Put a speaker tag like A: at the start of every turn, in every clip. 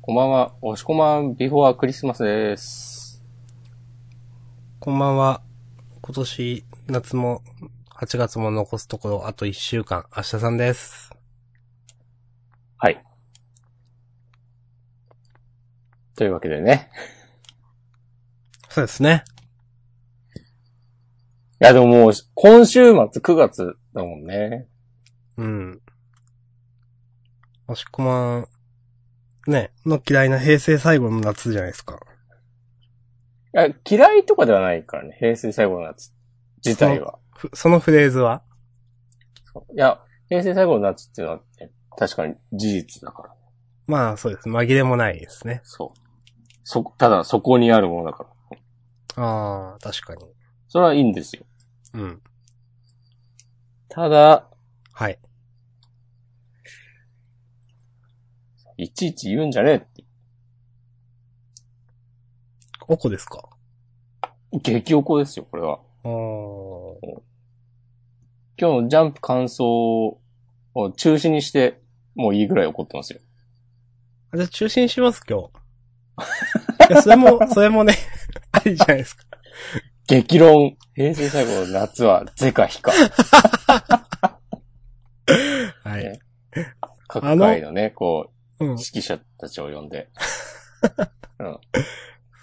A: こんばんは。押しこまんビフォアクリスマスです。
B: こんばんは。今年、夏も、8月も残すところ、あと1週間、明日さんです。
A: はい。というわけでね。
B: そうですね。
A: いや、でももう、今週末9月だもんね。
B: うん。もしこまん、ね、の嫌いな平成最後の夏じゃないですか。
A: いや、嫌いとかではないからね。平成最後の夏自体は。
B: ふそのフレーズは、
A: いや、平成最後の夏っていうのは、ね、確かに事実だから。
B: まあそうです。紛れもないですね。
A: そう。そ、ただそこにあるものだから。
B: ああ、確かに。
A: それはいいんですよ。
B: うん。
A: ただ、
B: はい。
A: いちいち言うんじゃねえ
B: おこですか
A: って。激おこですよ、これは。
B: あー
A: 今日のジャンプ感想を中止にして、もういいぐらい怒ってますよ。
B: あ。じゃあ中心します、今日。いや、それも、それもね、 ありじゃないですか。
A: 激論。平成最後の夏は、ゼか非か。
B: はい。
A: 各界のね、こう、
B: うん。
A: 指揮者たちを呼んで。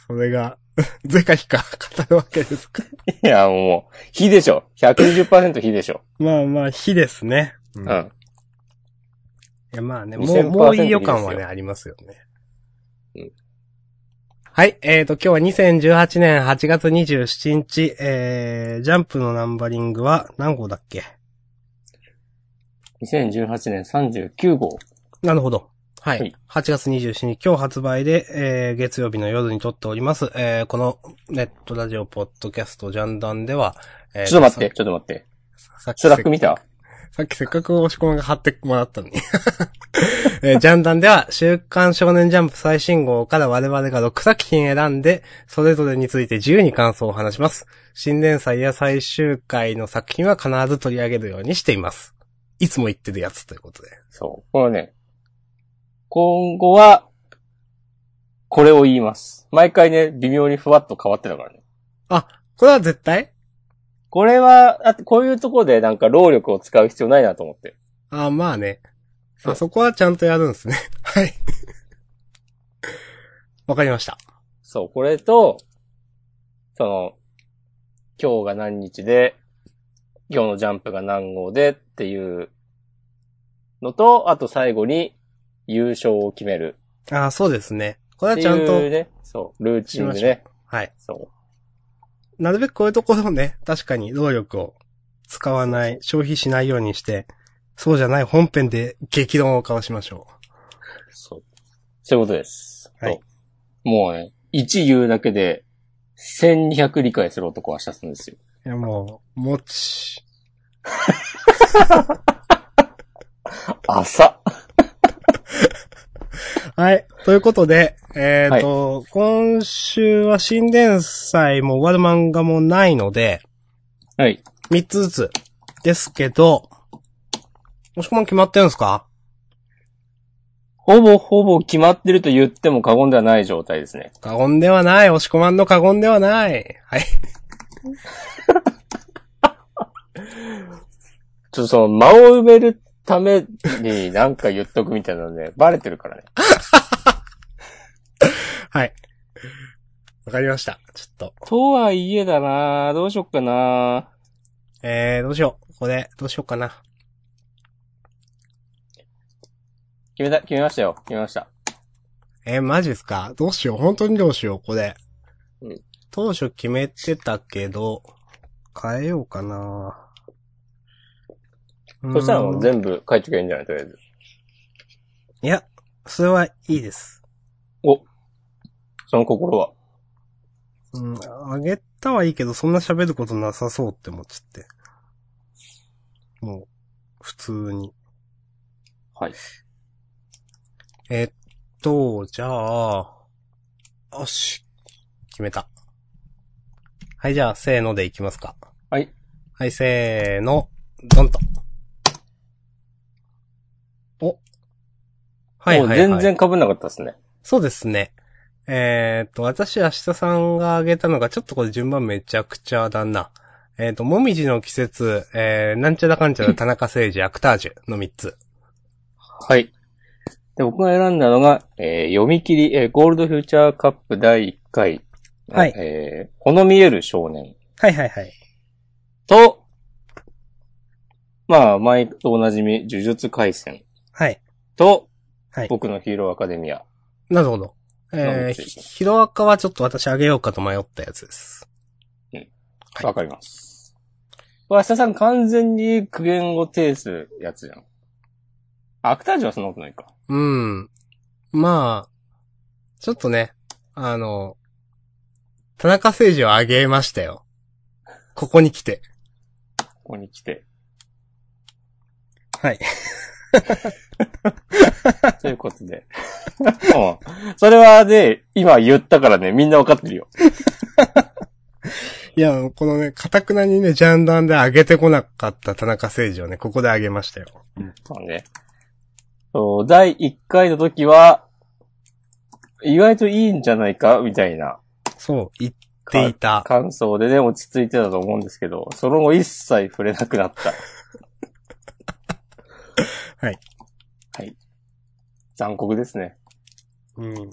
B: それが、ゼカヒカ語るわけですか。
A: いや、もう、非でしょ。120%非でしょ。
B: まあまあ、非ですね。う
A: うんん。うん。
B: いやまあね、もう、
A: 2000%
B: もういい予感は
A: です
B: ね、
A: よ
B: ありますよね。
A: うん
B: はい、えーと、今日は2018年8月27日、えー、ジャンプのナンバリングは何号だっけ
A: 2018年39号。
B: なるほど。はい。
A: はい
B: 8月27日、今日発売で、えー、月曜日の夜に撮っております。えー、このネットラジオ、ポッドキャスト、ジャンダンでは、えー
A: ちょっと待って、ちょっと待って。
B: さっき
A: スラック見た
B: さっきせっかく押し込みが貼ってもらったのに。 えージャンダンでは、週刊少年ジャンプ最新号から我々が6作品選んで、それぞれについて自由に感想を話します。新連載や最終回の作品は必ず取り上げるようにしています。いつも言ってるやつということで。
A: そう。これね、今後は、これを言います。毎回ね、微妙にふわっと変わってたからね。
B: これは絶対
A: これは、あこういうとこでなんか労力を使う必要ないなと思って。
B: あーまあね。あそこはちゃんとやるんですね。 はい。わかりました。
A: そう、これと、その、今日が何日で、今日のジャンプが何号でっていうのと、あと最後に優勝を決める
B: あーそうですね。これ
A: っ
B: は
A: て
B: ちゃんと
A: いう、ね、そう、ルーチンで
B: しま
A: ね、
B: はい。
A: そ
B: なるべくこういうところをね、確かに労力を使わない、消費しないようにして、そうじゃない本編で激論を交わしましょ
A: う、そう。そういうことです。
B: はい
A: そう。もうね、1言うだけで、1200理解する男は明日すんですよ。
B: う。いやもう、もち。
A: 朝
B: はい。ということで、えっ、と、今週は新連載も終わる漫画もないので、
A: はい。
B: 3つずつですけど、もしくも決まってるんですか
A: ほぼほぼ決まってると言っても過言ではない状態ですね。
B: 過言ではない。押し込まんの過言ではない。はい。
A: ちょっとその間を埋めるために何か言っとくみたいなので、 バレてるからね。
B: はい。わかりました。ちょっと。
A: とはいえだなどうしよっかな
B: えー、どうしよう。これ、どうしようかな。
A: 決めた、決めましたよ。決めました。
B: えーマジですかどうしよう本当にどうしようこれ。
A: うん
B: 当初決めてたけど、変えようかな
A: そしたらもう
B: うーん
A: 全部書いとけばいいんじゃないとりあえず。
B: いや、それはいいです。
A: その心は。
B: うん、あげたはいいけど、そんな喋ることなさそうって思っちゃって。もう、普通に。
A: はい。
B: えっと、じゃあ、よし、決めた。はい、じゃあ、せーのでいきますか。
A: はい。
B: はい、せーの、ドンと。お。はい、はい、はい。
A: もう全然被んなかったですね。
B: そうですね。えーっと、私、明日さんが挙げたのが、ちょっとこれ順番めちゃくちゃだな。えーっと、もみじの季節、えー、なんちゃらかんちゃら田中誠二、アクタージュの3つ。
A: はい。で、僕が選んだのが、えー読み切り、えーゴールドフューチャーカップ第1回。
B: はい
A: えーこの見える少年
B: はいはいはい。
A: と、まあ、前とおなじみ、呪術回戦
B: はい。
A: と、
B: はい
A: 僕のヒーローアカデミア。
B: なるほど。えー、
A: 何ついて
B: ひヒロアカはちょっと私あげようかと迷ったやつです。はい
A: わかります。これ明日さん完全に苦言語呈するやつじゃん。アクタージュはそんなことないか。
B: うん。まあ、ちょっとね、あの、田中誠二をあげましたよ。ここに来て。
A: ここに来て。
B: はい。
A: ということで。 もうそれはね、今言ったからね、みんなわかってるよ。
B: いや、このね、かたくなにね、ジャンダンで上げてこなかった田中誠二をね、ここで上げましたよ。
A: そうね。そう第1回の時は、意外といいんじゃないかみたいな
B: そう、言っていた。
A: 感想でね、落ち着いてたと思うんですけど、その後一切触れなくなった。
B: はい。
A: はい。残酷ですね。
B: うん。
A: うん。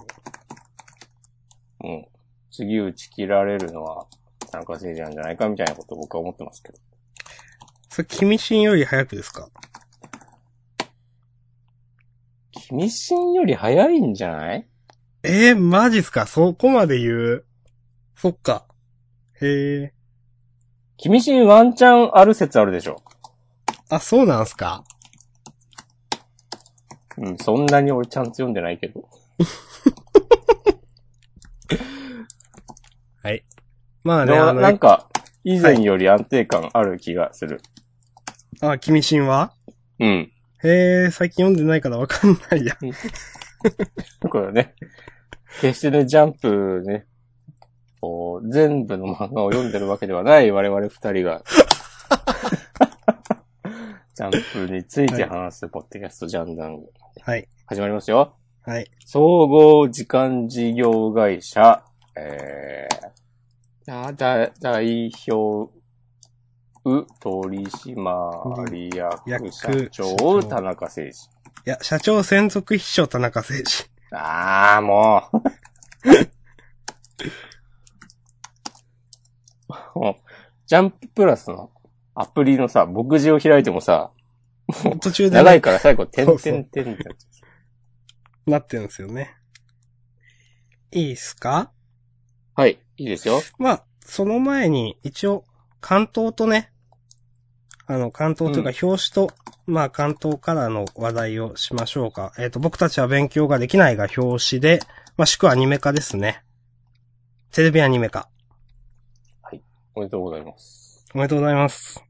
A: 次打ち切られるのは、参加政治なんじゃないかみたいなことを僕は思ってますけど。
B: それ、君心より早くですか
A: 君心より早いんじゃない
B: えー、マジっすかそこまで言う。そっか。へえ。
A: 君心ワンチャンある説あるでしょ。
B: あ、そうなんすか
A: うん、そんなに俺ちゃんと読んでないけど。
B: まあね、
A: でも
B: あ
A: な
B: の
A: ん、か、以前より安定感ある気がする。
B: あ、君心は
A: うん。
B: へえ、最近読んでないからわかんないや。
A: だからね、決してね、ジャンプね、こう、全部の漫画を読んでるわけではない我々二人が、ジャンプについて話すポッドキャストジャンダン、
B: はい。
A: 始まりますよ。
B: はい。
A: 総合時間事業会社、えー、だ、代表、う、取締役社長、田中誠二。
B: いや、社長専属秘書田中誠二。
A: ああ、もう。 もう、ジャンププラスのアプリのさ、目次を開いてもさ、
B: 途中で
A: 長
B: ね
A: いから最後、て
B: そうんそ
A: て
B: うん
A: てんってなっちゃ
B: なってるんですよね。いいっすか
A: うはい、いいですよ。
B: まあ、その前に、一応、関東とね、あの、関東というか、表紙と、まあ、関東からの話題をしましょうか。えっ、と、僕たちは勉強ができないが表紙で、まあ、祝アニメ化ですね。テレビアニメ化。
A: おめでとうございます。
B: おめでとうございます。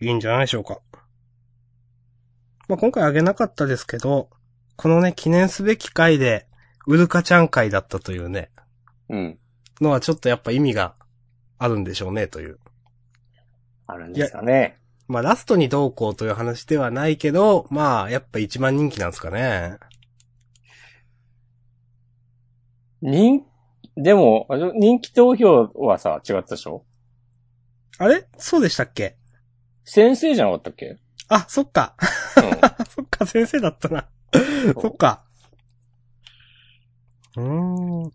B: いいんじゃないでしょうか。まあ、今回あげなかったですけど、このね、記念すべき回で、ウルカちゃん会だったというね、
A: うん。
B: のはちょっとやっぱ意味があるんでしょうね、という。
A: あるんですかね。
B: まあ、ラストにどうこうという話ではないけど、まあ、やっぱ一番人気なんですかね。
A: 人、でも、あの人気投票はさ、違ったでしょ
B: あれそうでしたっけ
A: 先生じゃなかったっけ
B: あ、そっか。
A: うん。
B: あ そっか、先生だったな。
A: う
B: そっか。うーん。
A: だ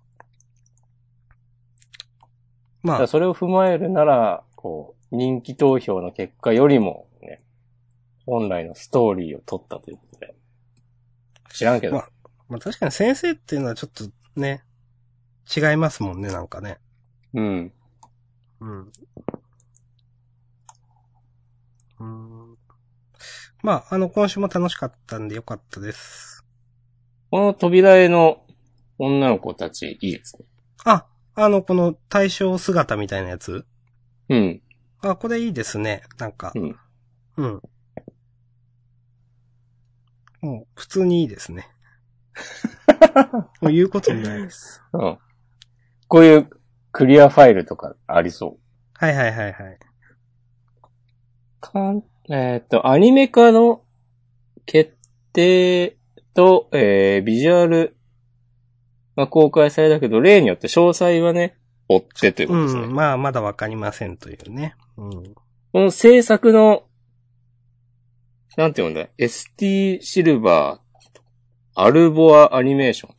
B: ま
A: から
B: あ、
A: それを踏まえるなら、こう、人気投票の結果よりも、ね、本来のストーリーを取ったということで。知らんけど。
B: まあまあ確かに先生っていうのはちょっとね、違いますもんね、なんかね。
A: うん。
B: うん。うん。まあ、あの、今週も楽しかったんでよかったです。
A: この扉絵の女の子たち、いいですね。
B: あ、あの、この対象姿みたいなやつ
A: うん。
B: あ、これいいですね。なんか。
A: うん。
B: うん。もう、普通にいいで すね。もう言うことないです。
A: うん。こういうクリアファイルとかありそう。
B: はいはいはいはい。
A: かん、えーっと、アニメ化の決定と、えー、ビジュアルが公開されたけど、例によって詳細はね、追ってということですね。
B: うん、まあ、まだわかりませんというね。うん。
A: この制作の、なんて言うんだ、ST シルバー、アルボアアニメーション。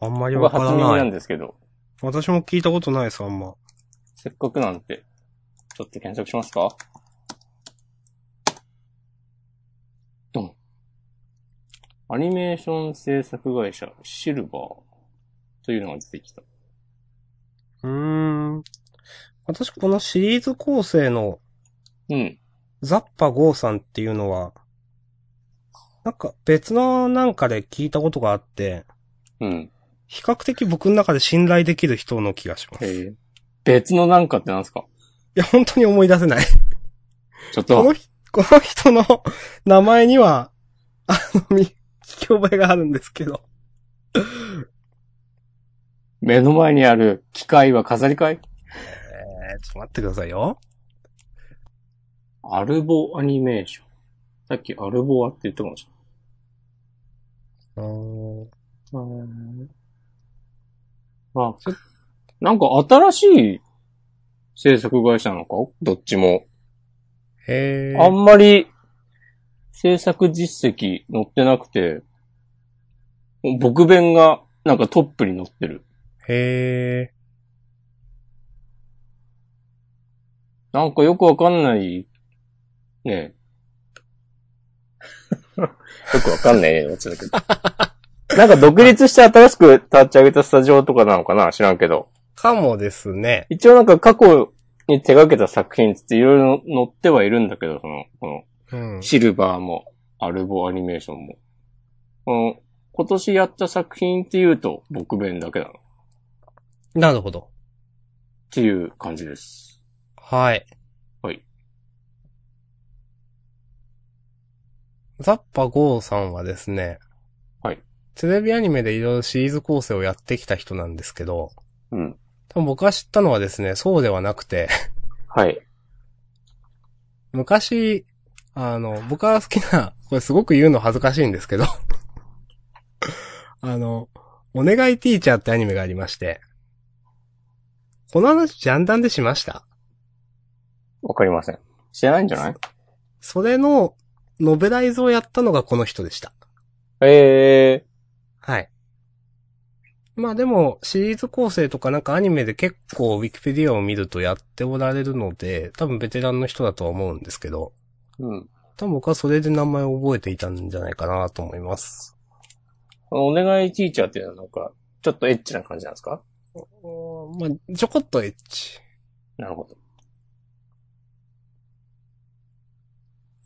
B: あんまり
A: これは
B: わから
A: 初耳
B: な。
A: ないんですけど、
B: 私も聞いたことないです、あんま。
A: せっかくなんで、ちょっと検索しますかドン。アニメーション制作会社、シルバーというのが出てきた。
B: うーん。私、このシリーズ構成の
A: うん。
B: ザッパゴーさんっていうのは、なんか別のなんかで聞いたことがあって、
A: うん。
B: 比較的僕の中で信頼できる人の気がします。い
A: へえ。別のなんかってなんですか
B: や、本当に思い出せない。
A: ちょっ、
B: ことのひ、この人の名前には、あの、見、聞き覚えがあるんですけど。
A: 目の前にある機械は飾り会
B: えー、ちょっと待ってくださいよ。
A: アルボアニメーション。さっきアルボアって言ってまし
B: うん。
A: た。あ、そなんか新しい制作会社なのかどっちも。
B: へ
A: あんまり制作実績載ってなくて、僕弁がなんかトップに載ってる。
B: へ
A: なんかよくわかんない、ね え。よくわかんないやつだけど。なんか独立して新しく立ち上げたスタジオとかなのかな知らんけど。
B: かもですね。
A: 一応なんか過去に手掛けた作品つっていろいろ載ってはいるんだけど、その、この、
B: うん。
A: シルバーも、アルボアニメーションも。この、今年やった作品っていうと、僕弁だけなの。っ
B: なるほど。
A: ていう感じです。
B: はい。
A: はい。
B: ザッパゴーさんはですね。
A: はい。
B: テレビアニメでいろいろシリーズ構成をやってきた人なんですけど、
A: うん。
B: 多分僕が知ったのはですね、そうではなくて、
A: はい。
B: 昔、あの、僕が好きな、これすごく言うの恥ずかしいんですけど、 あの、お願いティーチャーってアニメがありまして、この話ジャンダンでしました
A: わかりません。知らないんじゃない
B: それの、ノベライズをやったのがこの人でした。
A: ええ
B: はい。まあでも、シリーズ構成とかなんかアニメで結構ウィキペディアを見るとやっておられるので、多分ベテランの人だとは思うんですけど、
A: うん。
B: 多分僕はそれで名前を覚えていたんじゃないかなと思います。
A: このお願いティーチャーっていうのはなんか、ちょっとエッチな感じなんですか
B: まあ、ちょこっとエッチ。
A: なるほど。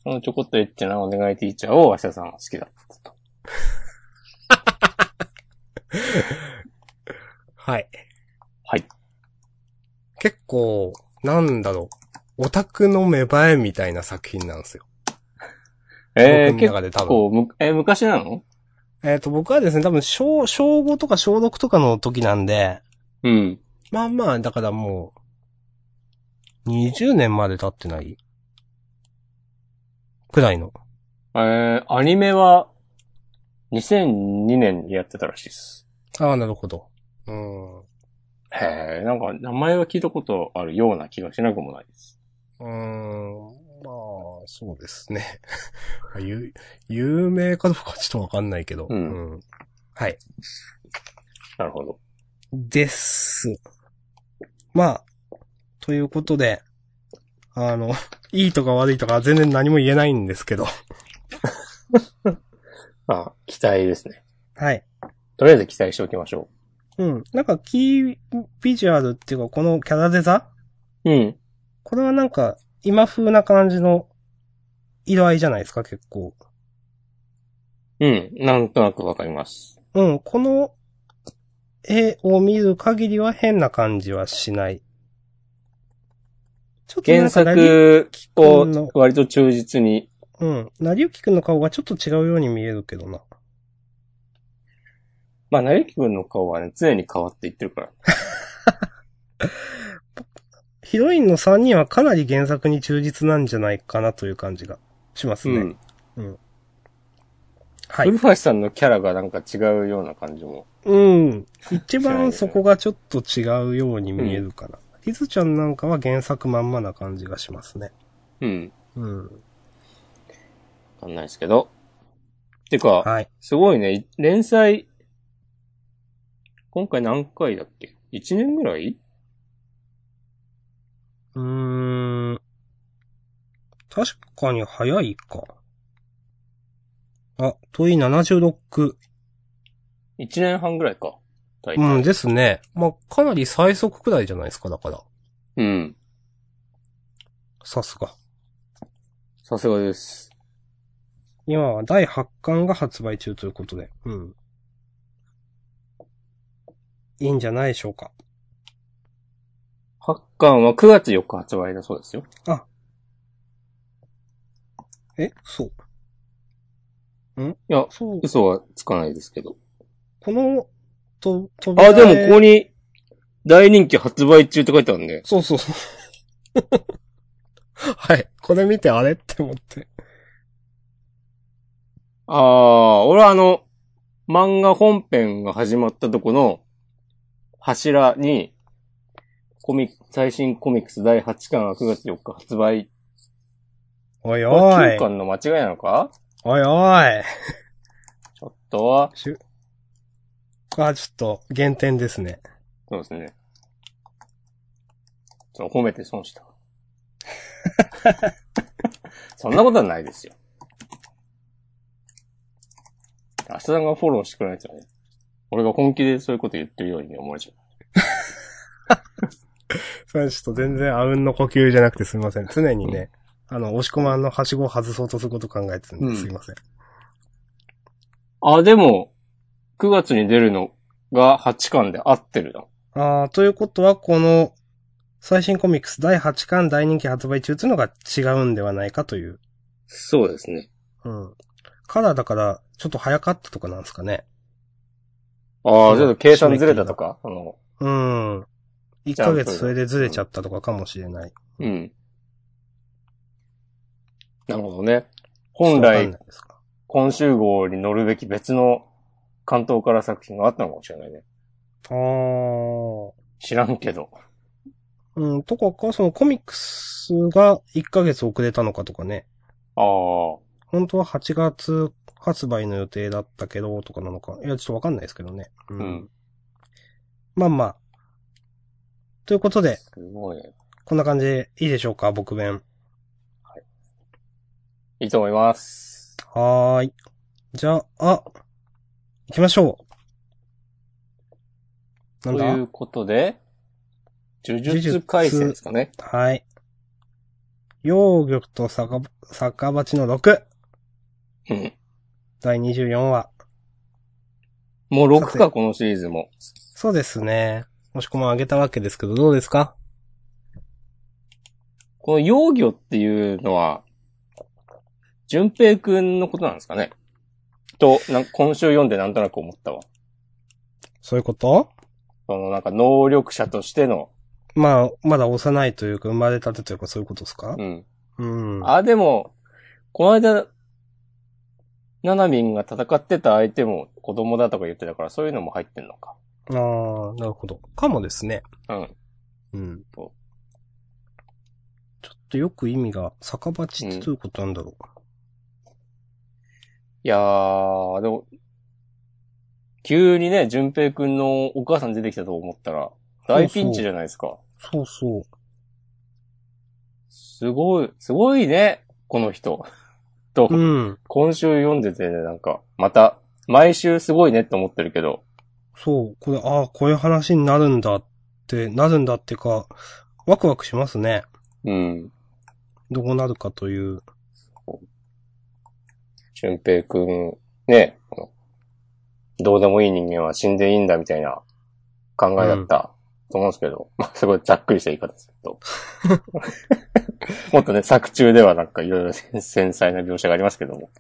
A: そのちょこっとエッチなお願いティーチャーを明日さんは好きだったと。
B: はい。
A: はい。
B: 結構、なんだろう。オタクの芽生えみたいな作品なんですよ。
A: えー、
B: 僕の
A: 結
B: 中で多分。
A: 構む、えー昔なの
B: えっ、と、僕はですね、多分小、小5とか小6とかの時なんで、
A: うん。
B: まあまあ、だからもう、20年まで経ってないくらいの。
A: えー、アニメは、2002年にやってたらしいです。
B: ああ、なるほど。うん。う
A: へえ、なんか名前は聞いたことあるような気がしなくもないです。
B: ーん。まあ、そうで すね。有、有名かどうかちょっとわかんないけど。
A: うん
B: うんはい。
A: なるほど。
B: です。まあ、ということで、あの、 いいとか悪いとか全然何も言えないんですけど。
A: あ、期待ですね。
B: はい。
A: とりあえず期待しておきましょ
B: うん。なんか、キービジュアルっていうか、このキャラデザ
A: う。うん。
B: これはなんか、今風な感じの色合いじゃないですか、結構。
A: うん。なんとなくわかります。
B: うん、この絵を見る限りは変な感じはしない。ちょっとな
A: 原
B: んかなり、
A: 作を割と忠実に。
B: うん、なりゆきくんの顔がちょっと違うように見えるけどな。
A: まあ、なゆきくんの顔はね、常に変わっていってるから。
B: ヒロインの3人はかなり原作に忠実なんじゃないかなという感じがしますね。
A: うん。
B: は
A: 古橋さんのキャラがなんか違うような感じも。
B: うん。一番そこがちょっと違うように見えるかな。リズちゃんなんかは原作まんまな感じがしますね。
A: うん。
B: うん。
A: わかんないですけど。てか、
B: はい。
A: すごいね、連載、今回何回だっけ ?1 年ぐらいう
B: ーん。確かに早いか。あ、問い76。
A: ?1 年半ぐらいか。大体
B: うんですね。まあ、かなり最速くらいじゃないですか、だから。
A: うん。
B: さすが。
A: さすがです。
B: 今は第8巻が発売中ということで。うん。いいんじゃないでしょうか。
A: 八巻は9月4日発売だそうですよ。
B: えそう。
A: いや、
B: そう。
A: 嘘はつかないですけど。
B: この、と、扉
A: あ、でも
B: へ
A: ここに、大人気発売中って書いてあるんで。
B: そうそうそう。 はい。これ見てあれって思って。
A: ああ、俺はあの、漫画本編が始まったとこの柱に、コミック、最新コミックス第8巻は9月4日発売。
B: おい
A: こ
B: お
A: れ
B: い
A: 9。巻の間違いなのか
B: おいおい。
A: ちょっと、
B: しゅあ、ちょっと、減点ですね。
A: そうですね。ちょっと褒めて損した。 そんなことはないですよ。明日さんがフォローしてくれないとね、俺が本気でそういうこと言ってるように思われちゃう。
B: それちょっと全然あうんの呼吸じゃなくてすみません。常にね、あの、押し込まんのはしごを外そうとすること考えてるん
A: う
B: で
A: ん
B: すいません。
A: あ、でも、9月に出るのが8巻で合ってるな。
B: あーということは、この、最新コミックス第8巻大人気発売中というのが違うんではないかという。
A: そうですね。
B: うん。カラーだから、ちょっと早かったとかなんですかね。
A: ああ、ち
B: そう
A: ょっと計算ずれたとか、あの、
B: うん。1ヶ月それでずれちゃったとかかもしれない。
A: うん。なるほどね。本来、今週号に乗るべき別の関東から作品があったのかもしれないね。
B: ああー。
A: 知らんけど。
B: うん、とかか、そのコミックスが1ヶ月遅れたのかとかね。
A: ああ。
B: 本当は8月発売の予定だったけど、とかなのか。いや、ちょっとわかんないですけどね。う
A: うん。
B: まあまあ。ということで、
A: すごいね。
B: こんな感じでいいでしょうか、僕弁。
A: いいと思います。
B: はーい。じゃあ、行きましょう。
A: と
B: ないんだ
A: うことで、呪術回戦ですかね。
B: はい。妖玉と坂、坂鉢の6、
A: うん。
B: 第24話。
A: もう6
B: さ
A: か、このシリーズも。
B: そうですね。もしくもあげたわけですけど、どうですか
A: この幼魚っていうのは、淳平くんのことなんですかねと、なんか今週読んでなんとなく思ったわ。
B: そういうこと
A: そのなんか能力者としての、
B: まあ、まだ幼いというか、生まれたてというか、そういうことですか
A: うん。
B: うん。
A: あ、でも、この間、ナナミンが戦ってた相手も子供だとか言ってたから、そういうのも入ってんのか。
B: あーなるほど。かもですね。
A: うん。
B: うん。ち
A: そ
B: ょっとよく意味が、酒鉢ってどういうことなんだろ
A: いやー、でも、急にね、淳平くんのお母さん出てきたと思ったら、大ピンチじゃないですか。
B: う。そうそう。
A: すごい、すごいね、この人。と、
B: うん。
A: 今週読んでて、なんか、また、毎週すごいねって思ってるけど、
B: そう。これ、ああ、こういう話になるんだって、なるんだっていうか、ワクワクしますね。
A: うん。
B: どうなるかという。
A: 俊平くん、ね、このどうでもいい人間は死んでいいんだみたいな考えだったと思うんですけど、まあすごいざっくりした言い方ですけど。 もっとね、作中ではなんかいろいろ繊細な描写がありますけども。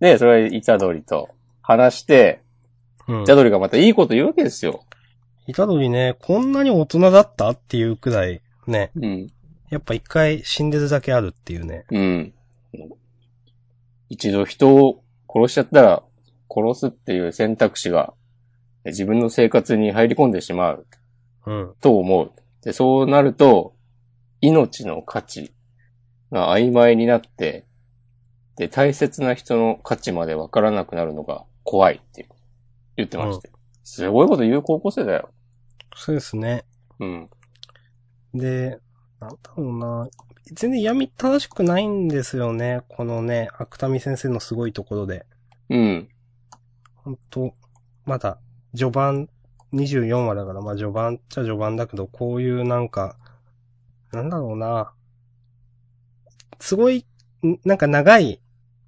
A: で、それはイタドリと話して、
B: うん
A: イタ。ドリがまたいいこと言うわけですよ。
B: いたのにね、こんなに大人だったっていうくらい、ね。
A: うん。
B: やっぱ一回死んでるだけあるっていうね。
A: うん。一度人を殺しちゃったら、殺すっていう選択肢が、え自分の生活に入り込んでしまう
B: うん。
A: と思う。で、そうなると、命の価値が曖昧になって、で、大切な人の価値までわからなくなるのが怖いって言ってまして。すごいこと言う高校生だよ。
B: そうですね。
A: うん。
B: で、なんだろうな。全然闇正しくないんですよね。このね、芥見先生のすごいところで。
A: うん。
B: 本当まだ、序盤、24話だから、まあ序盤っちゃ序盤だけど、こういうなんか、なんだろうな。すごい、んなんか長い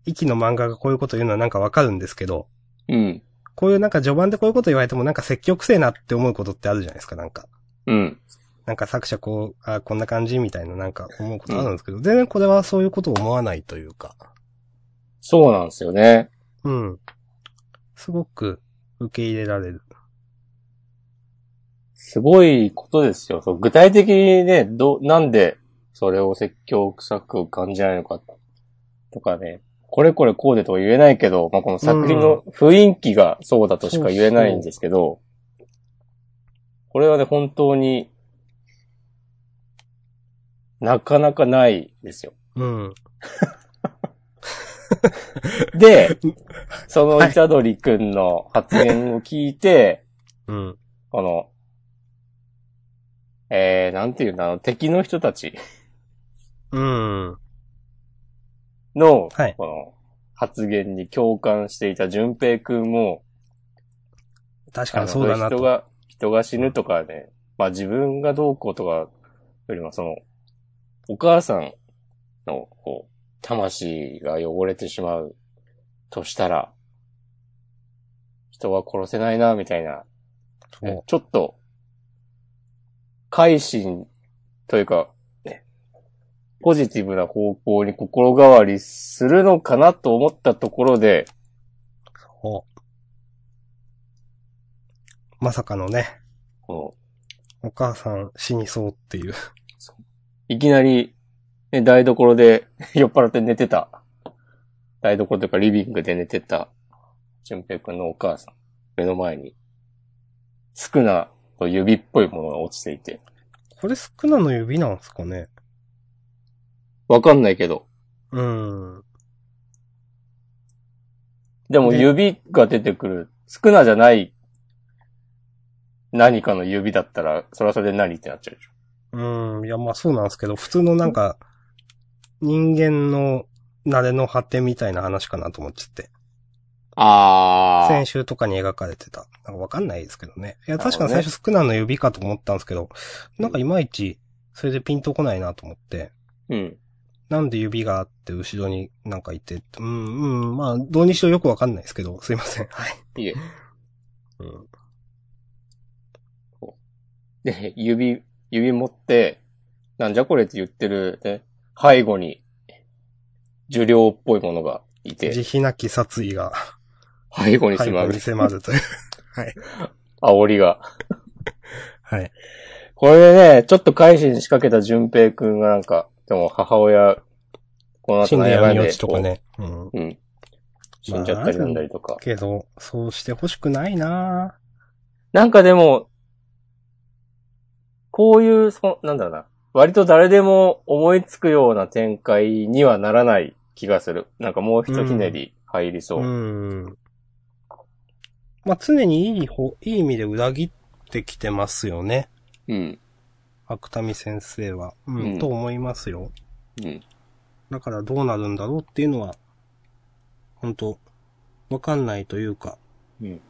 B: 息の漫画がこういうこと言うのはなんかわかるんですけど、
A: うん。
B: こういうなんか序盤でこういうこと言われてもなんか積極性なって思うことってあるじゃないですか、なんか。
A: うん。
B: なんか作者こう、あこんな感じみたいななんか思うことあるんですけど、全然これはそういうことを思わないというか。
A: そうなんですよね。
B: うん。すごく受け入れられる。
A: すごいことですよ。そう具体的にね、ど、なんでそれを説教臭く感じないのかとかね、これこれこうでとは言えないけど、まあ、この作品の雰囲気がそうだとしか言えないんですけど、これはね、本当になかなかないですよ。
B: うん。
A: で、その虎杖くんの発言を聞いて、
B: うん。
A: この、えー、なんていうんだろう、敵の人たち
B: うん。
A: の、
B: はい
A: この、発言に共感していた淳平くんも、
B: 確かにそうだな
A: あの
B: と。
A: 人が、人が死ぬとかね、まあ自分がどうこうとかよりも、その、お母さんの、こう、魂が汚れてしまうとしたら、人は殺せないな、みたいな
B: そう
A: ちょっと、改心というか、ねポジティブな方向に心変わりするのかなと思ったところで、
B: そうまさかのね、
A: こう
B: お母さん死にそうっていう。
A: いきなり、ね、台所で 酔っ払って寝てた。台所というかリビングで寝てた、淳平くんのお母さん、目の前に、少な指っぽいものが落ちていて、
B: これスクナの指なんすかね
A: わかんないけど、
B: うん。
A: でも
B: ね
A: 指が出てくる、少なじゃない何かの指だったら、それはそれで何ってなっちゃうでしょ。
B: うん。いや、まあそうなんですけど、普通のなんか、人間の慣れの果てみたいな話かなと思っちゃって。
A: あ
B: 先週とかに描かれてた。なんかわかんないですけどね。いや、確かに
A: なるほどね
B: 最初スクナの指かと思ったんですけど、なんかいまいち、それでピンとこないなと思って。
A: うん。
B: なんで指があって後ろになんかいて、うん、うん、まあ、どうにしろよくわかんないですけど、すいません。はい。
A: いえ。
B: うん。
A: で、指、指持って、なんじゃこれって言ってる、ね、背後に、受領っぽいものがいて、
B: 慈悲なき殺意が、
A: 背後に
B: 背
A: 迫
B: 後
A: る
B: に迫ると いう。
A: 煽りが。
B: はい。
A: これでね、ちょっと改心仕掛けた淳平くんがなんか、でも母親、この後
B: 死んで
A: 悩ま
B: 闇
A: ん
B: 落
A: で
B: ちとかね。うん。
A: こううん。死んじゃったりなんだりとか。
B: けど、そうしてほしくないな
A: なんかでも、こういう、そのなんだろうな。割と誰でも思いつくような展開にはならない気がする。なんかもう一ひねり入りそう。
B: うん。まあ、常にいい方、いい意味で裏切ってきてますよね。
A: うん。
B: 芥見先生は。うん、
A: うん
B: と思いますよ。
A: うん。
B: だからどうなるんだろうっていうのは、本当わかんないというか、
A: うん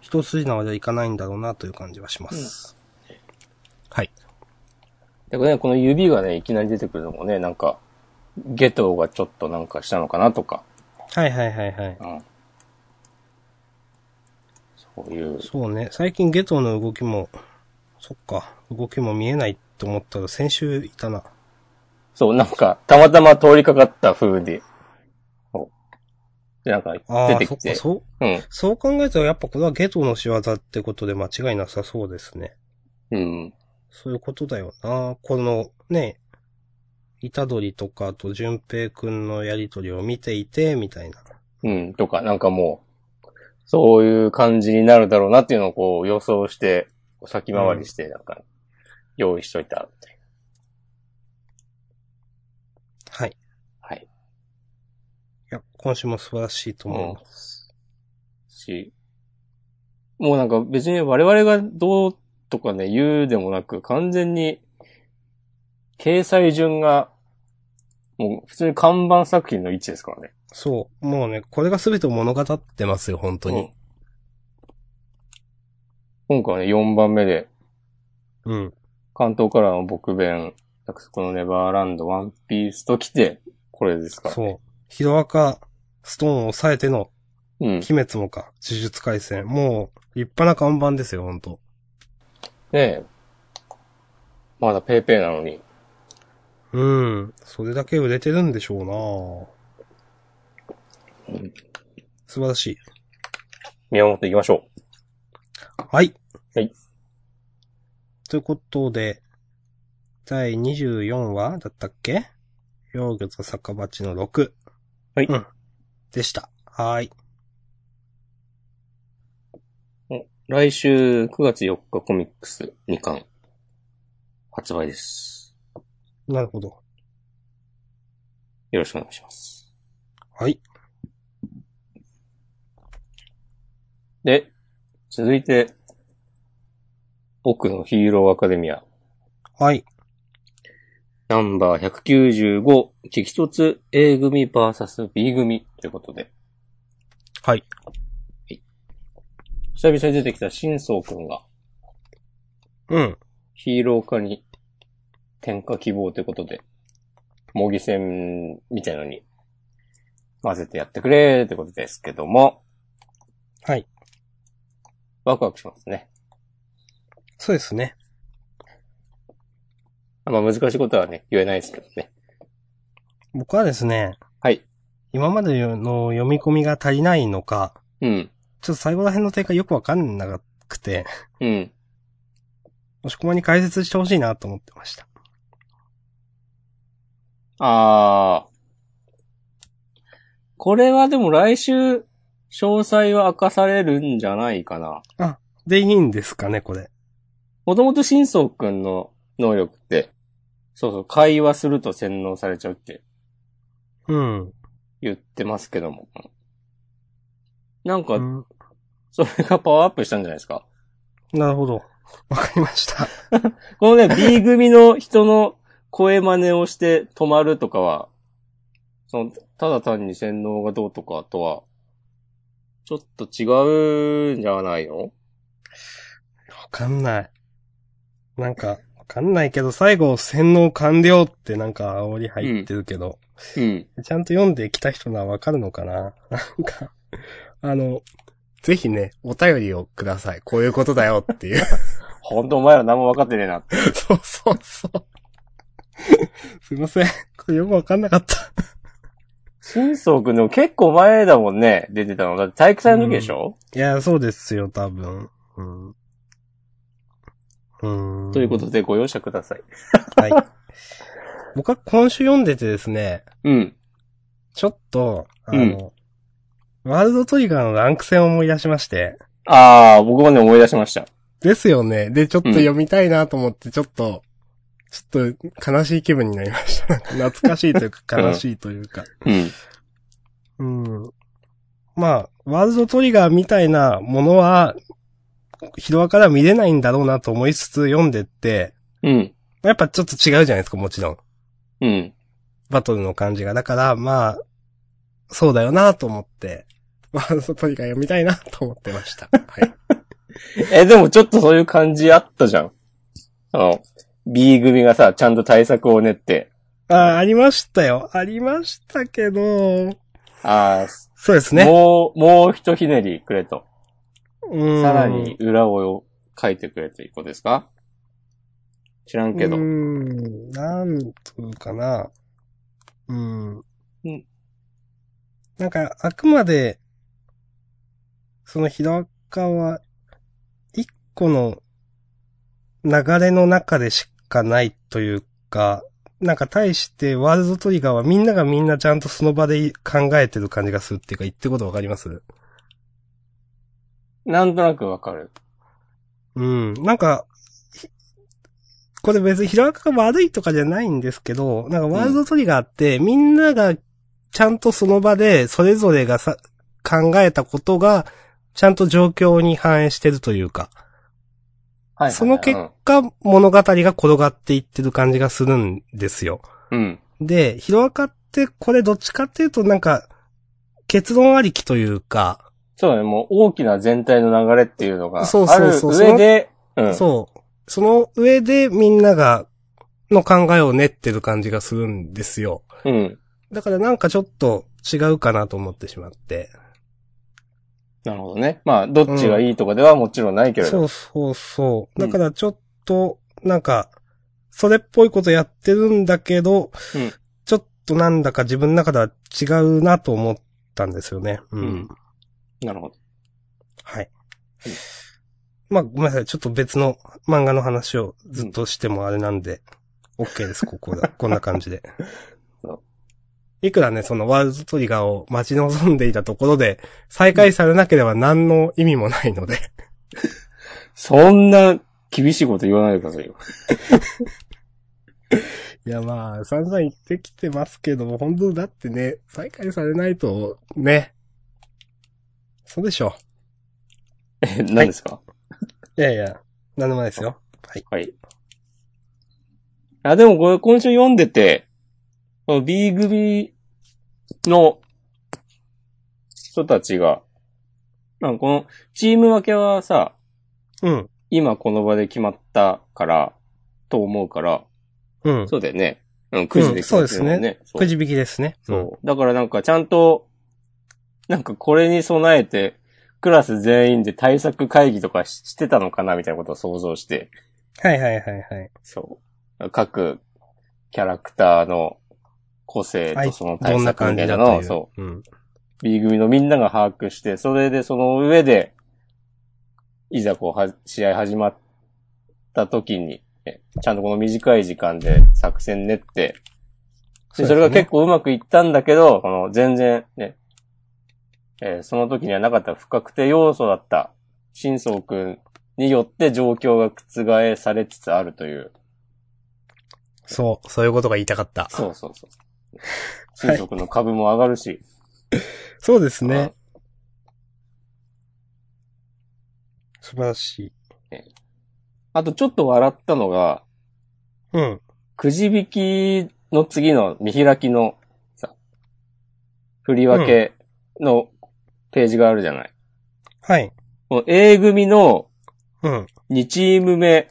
B: 一筋縄じゃいかないんだろうなという感じはします。はい。
A: でもね、この指がね、いきなり出てくるのもね、なんか、ゲトがちょっとなんかしたのかなとか。
B: はいはいはいはい。
A: うん。そういう。
B: そうね、最近ゲトの動きも、そっか、動きも見えないと思ったら先週いたな。
A: そう、なんか、たまたま通りかかった風で。そうでなんか、
B: あ
A: 出
B: あ、
A: て
B: そっ
A: き
B: か、
A: て。
B: そう、
A: うん。
B: そう考えたらやっぱこれはゲトの仕業ってことで間違いなさそうですね。
A: うん。
B: そういうことだよな。このね、虎杖とかあと淳平くんのやりとりを見ていて、みたいな。
A: うん、とか、なんかもう、そういう感じになるだろうなっていうのをこう予想して、こう先回りして、なんか、用意しといたみたい
B: はい。
A: はい。
B: いや、今週も素晴らしいと
A: な。
B: 思う。
A: し、もうなんか別に我々がどうとかね、言うでもなく、完全に、掲載順が、もう普通に看板作品の位置ですからね。
B: そう。もうね、これが全てを物語ってますよ、本当
A: う
B: に
A: ん。今回はね、4番目で、
B: うん。
A: 関東からの僕弁、約束のネバーランド、ワンピースと来て、これですから。
B: そう。ヒロアカ、ストーンを抑えての、
A: うん。ね
B: 鬼滅もか、呪術回戦。もう、立派な看板ですよ、本当
A: え。まだペーペーなのに。
B: うん。それだけ売れてるんでしょうな
A: うん
B: 素晴らしい。
A: 見守っていきましょ
B: はい。
A: はい。
B: ということで、第24話だったっけ幼魚と酒鉢の6。
A: はい
B: うん。でした。はーい。
A: う。来週9月4日コミックス2巻発売です。
B: なるほど。
A: よろしくお願いします。
B: はい。
A: で、続いて、僕のヒーローアカデミア、
B: はい。
A: ナンバー195、激突 A 組 VS B 組ということで、
B: はい。
A: 久々に出てきた新宗くんが
B: うん。
A: ヒーロー化に転化希望ということで、模擬戦みたいのに混ぜてやってくれーってことですけども、
B: はい。
A: ワクワクしますね。
B: そうですね。
A: まあ難しいことはね、言えないですけどね。
B: 僕はですね、
A: はい。
B: 今までの読み込みが足りないのか、
A: うん。
B: ちょっと最後ら辺の展開よくわかんなくて、
A: うん。
B: もしこまに解説してほしいなと思ってました。
A: あー。これはでも来週、詳細は明かされるんじゃないかな。
B: で、いいんですかね、これ。
A: もともと新宗くんの能力って、そうそう、会話すると洗脳されちゃうって
B: うん。
A: 言ってますけども。なん
B: う
A: か、
B: ん
A: それがパワーアップしたんじゃないですか。
B: なるほど。わかりました。
A: このね、B 組の人の声真似をして止まるとかは、その、ただ単に洗脳がどうとかとは、ちょっと違うんじゃないの
B: わかんない。なんか、わかんないけど、最後、洗脳完了ってなんか煽り入ってるけど、
A: うん。
B: ちゃんと読んできた人ならわかるのかななんか、あの、ぜひね、お便りをください。こういうことだよっ ていう。
A: ほんとお前ら何も分かってねえなって。
B: そうそうそう。すいません。これよくわかんなかった。
A: 新宗くんでも結構前だもんね、出てたの。だって体育祭の時でしょ、
B: いや、そうですよ、多分。うん。うーん。
A: ということでご容赦ください。
B: はい。僕は今週読んでてですね、
A: うん。
B: ちょっと、あの、ワールドトリガーのランク戦を思い出しまして、
A: ああ、僕もね思い出しました。
B: ですよね。で、ちょっと読みたいなと思って、ちょっと、ちょっと悲しい気分になりました。 なんか懐かしいというか、
A: うん
B: 悲しいというか。
A: うん。
B: うん。まあ、ワールドトリガーみたいなものは、ヒロアから見れないんだろうなと思いつつ読んでって、
A: うん。
B: やっぱちょっと違うじゃないですか、もちろん。
A: うん。
B: バトルの感じが。だから、まあ、そうだよなと思って、 ワールドトリガー読みたいなと思ってま した。はい。
A: え、でもちょっとそういう感じあったじゃん。あの、B 組がさ、ちゃんと対策を練って、
B: ああ、ありましたよ。ありましたけど、
A: ああ、
B: そうですね。
A: もう、もう一ひねりくれと。
B: うん
A: さらに、裏を書いてくれということですか知らんけど
B: う。ん、なんというかな。うん。
A: うん
B: なんか、あくまで、そのヒロアカは、一個の流れの中でしかないというか、なんか対してワールドトリガーはみんながみんなちゃんとその場で考えてる感じがするっていうか言ってることわかります
A: なんとなくわかる。
B: うん。なんか、ひこれ別に平岡が悪いとかじゃないんですけど、なんかワールドトリガーってみんながちゃんとその場でそれぞれがさ、考えたことがちゃんと状況に反映してるというか、
A: はいはい、はい。
B: その結
A: うん
B: 果物語が転がっていってる感じがするんですよ。
A: うん。
B: で、ヒロアカってこれどっちかっていうとなんか、結論ありきというか、
A: そうね、もう大きな全体の流れっていうのが、
B: そう
A: あ
B: そう
A: る
B: そう
A: 上で、うん。
B: そう。その上でみんなが、の考えを練ってる感じがするんですよ。
A: うん。
B: だからなんかちょっと違うかなと思ってしまって。
A: なるほどね。まあ、どっちがいいとかではもちろんないけれど。
B: そうそうそう。だからちょっと、なんか、それっぽいことやってるんだけど、
A: うん
B: ちょっとなんだか自分の中では違うなと思ったんですよね。う
A: うんんなるほど。
B: はい
A: うん。
B: まあ、ごめんなさい。ちょっと別の漫画の話をずっとしてもあれなんで、OK です、ここだ。 こんな感じで
A: そう。
B: いくらね、そのワールドトリガーを待ち望んでいたところで、再開されなければ何の意味もないので。
A: そんな厳しいこと言わないでくださいよ。
B: いや、まあ、散々言ってきてますけども、本当だってね、再開されないと、ね。そうでしょ
A: え、何ですか
B: う。いやいや、何でもないですよ。はい。
A: はい。あ、でもこれ今週読んでて、この B 組の人たちが、なんかこのチーム分けはさ、
B: うん。
A: 今この場で決まったから、と思うから、
B: うん。
A: そうだよね。うん、9時で決まってるもん
B: うんそうです
A: ね。そう
B: くじ引きですね。
A: そう。だからなんかちゃんと、なんかこれに備えて、クラス全員で対策会議とかししてたのかなみたいなことを想像して、
B: はいはいはいはい。
A: そう。各キャラクターの個性
B: はい
A: とその
B: ど
A: 対
B: んな
A: 策
B: 感
A: みた
B: じ
A: い
B: だ
A: な
B: と
A: の
B: い
A: を、
B: う。。
A: そう
B: ん。
A: う、B 組のみんなが把握して、それでその上で、いざこうは、試合始まった時に、ねちゃんとこの短い時間で作戦練って、で、それが結構うまくいったんだけど、この全然ね、えーその時にはなかった不確定要素だった、新宗くんによって状況が覆されつつあるという。
B: そう、そういうことが言いたかった。
A: そうそうそう。新宗くんの株も上がるし。
B: そうですね。素晴らしい。
A: あとちょっと笑ったのが、
B: うん。
A: くじ引きの次の見開きのさ、振り分けのページがあるじゃない。
B: はい。
A: この A 組の
B: うん。
A: 2チーム目。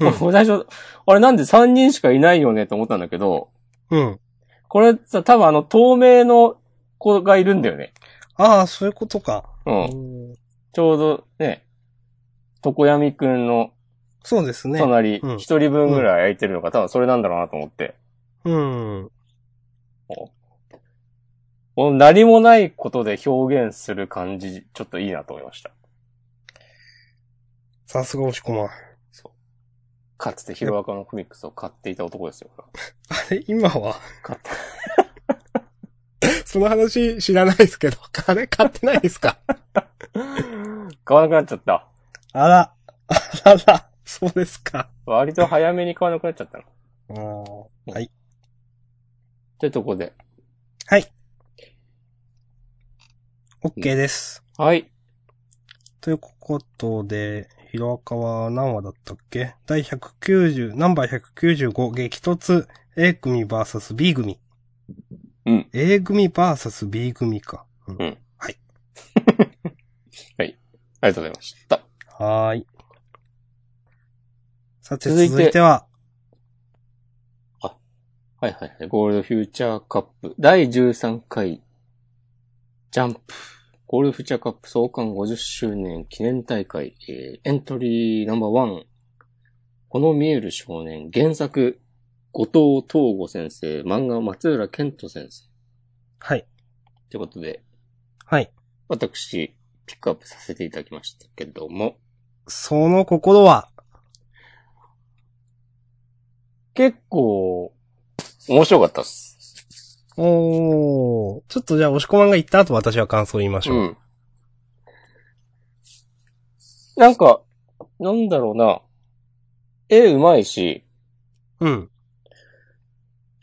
B: うん
A: もう最初、あれなんで3人しかいないよねと思ったんだけど、
B: うん。
A: これさ、多分あの透明の子がいるんだよね。
B: ああ、そういうことか。
A: うん。ちょうどね、床闇くんの
B: そうですね。
A: 隣、
B: うん
A: 一人分ぐらい空いてるのが多分それなんだろうなと思って。
B: うん。
A: この何もないことで表現する感じ、ちょっといいなと思いました。
B: さすが押し込まん。
A: かつてヒロアカのコミックスを買っていた男ですよ。
B: あれ、今は
A: 買って
B: その話知らないですけど、 あれ買ってないです か
A: 買わなくなっちゃった。
B: あら、あらら、そうですか。
A: 割と早めに買わなくなっちゃったの。
B: あーはい。
A: というとこで。
B: OK です。
A: はい。
B: ということで、ヒロアカは何話だったっけ第190、ナンバー195、激突、A 組 VS B 組。
A: うん。
B: A 組 VS B 組か。うん
A: うんありがとうございました。
B: はーい。さて、
A: 続いて
B: 続いては、
A: はいはいはい。ゴールドフューチャーカップ第13回ジャンプ。ゴールドフューチャーカップ創刊50周年記念大会、えーエントリーナンバーワン。この見える少年、原作、後藤東吾先生、漫画松浦健人先生。
B: はい。
A: ということで、
B: はい。
A: 私、ピックアップさせていただきましたけども、
B: その心は、
A: 結構、面白かったっす。
B: おー。ちょっとじゃあ、押し込まんが言った後私は感想言いましょう。
A: ん。なんか、なんだろうな。絵うまいし、
B: うん。
A: ち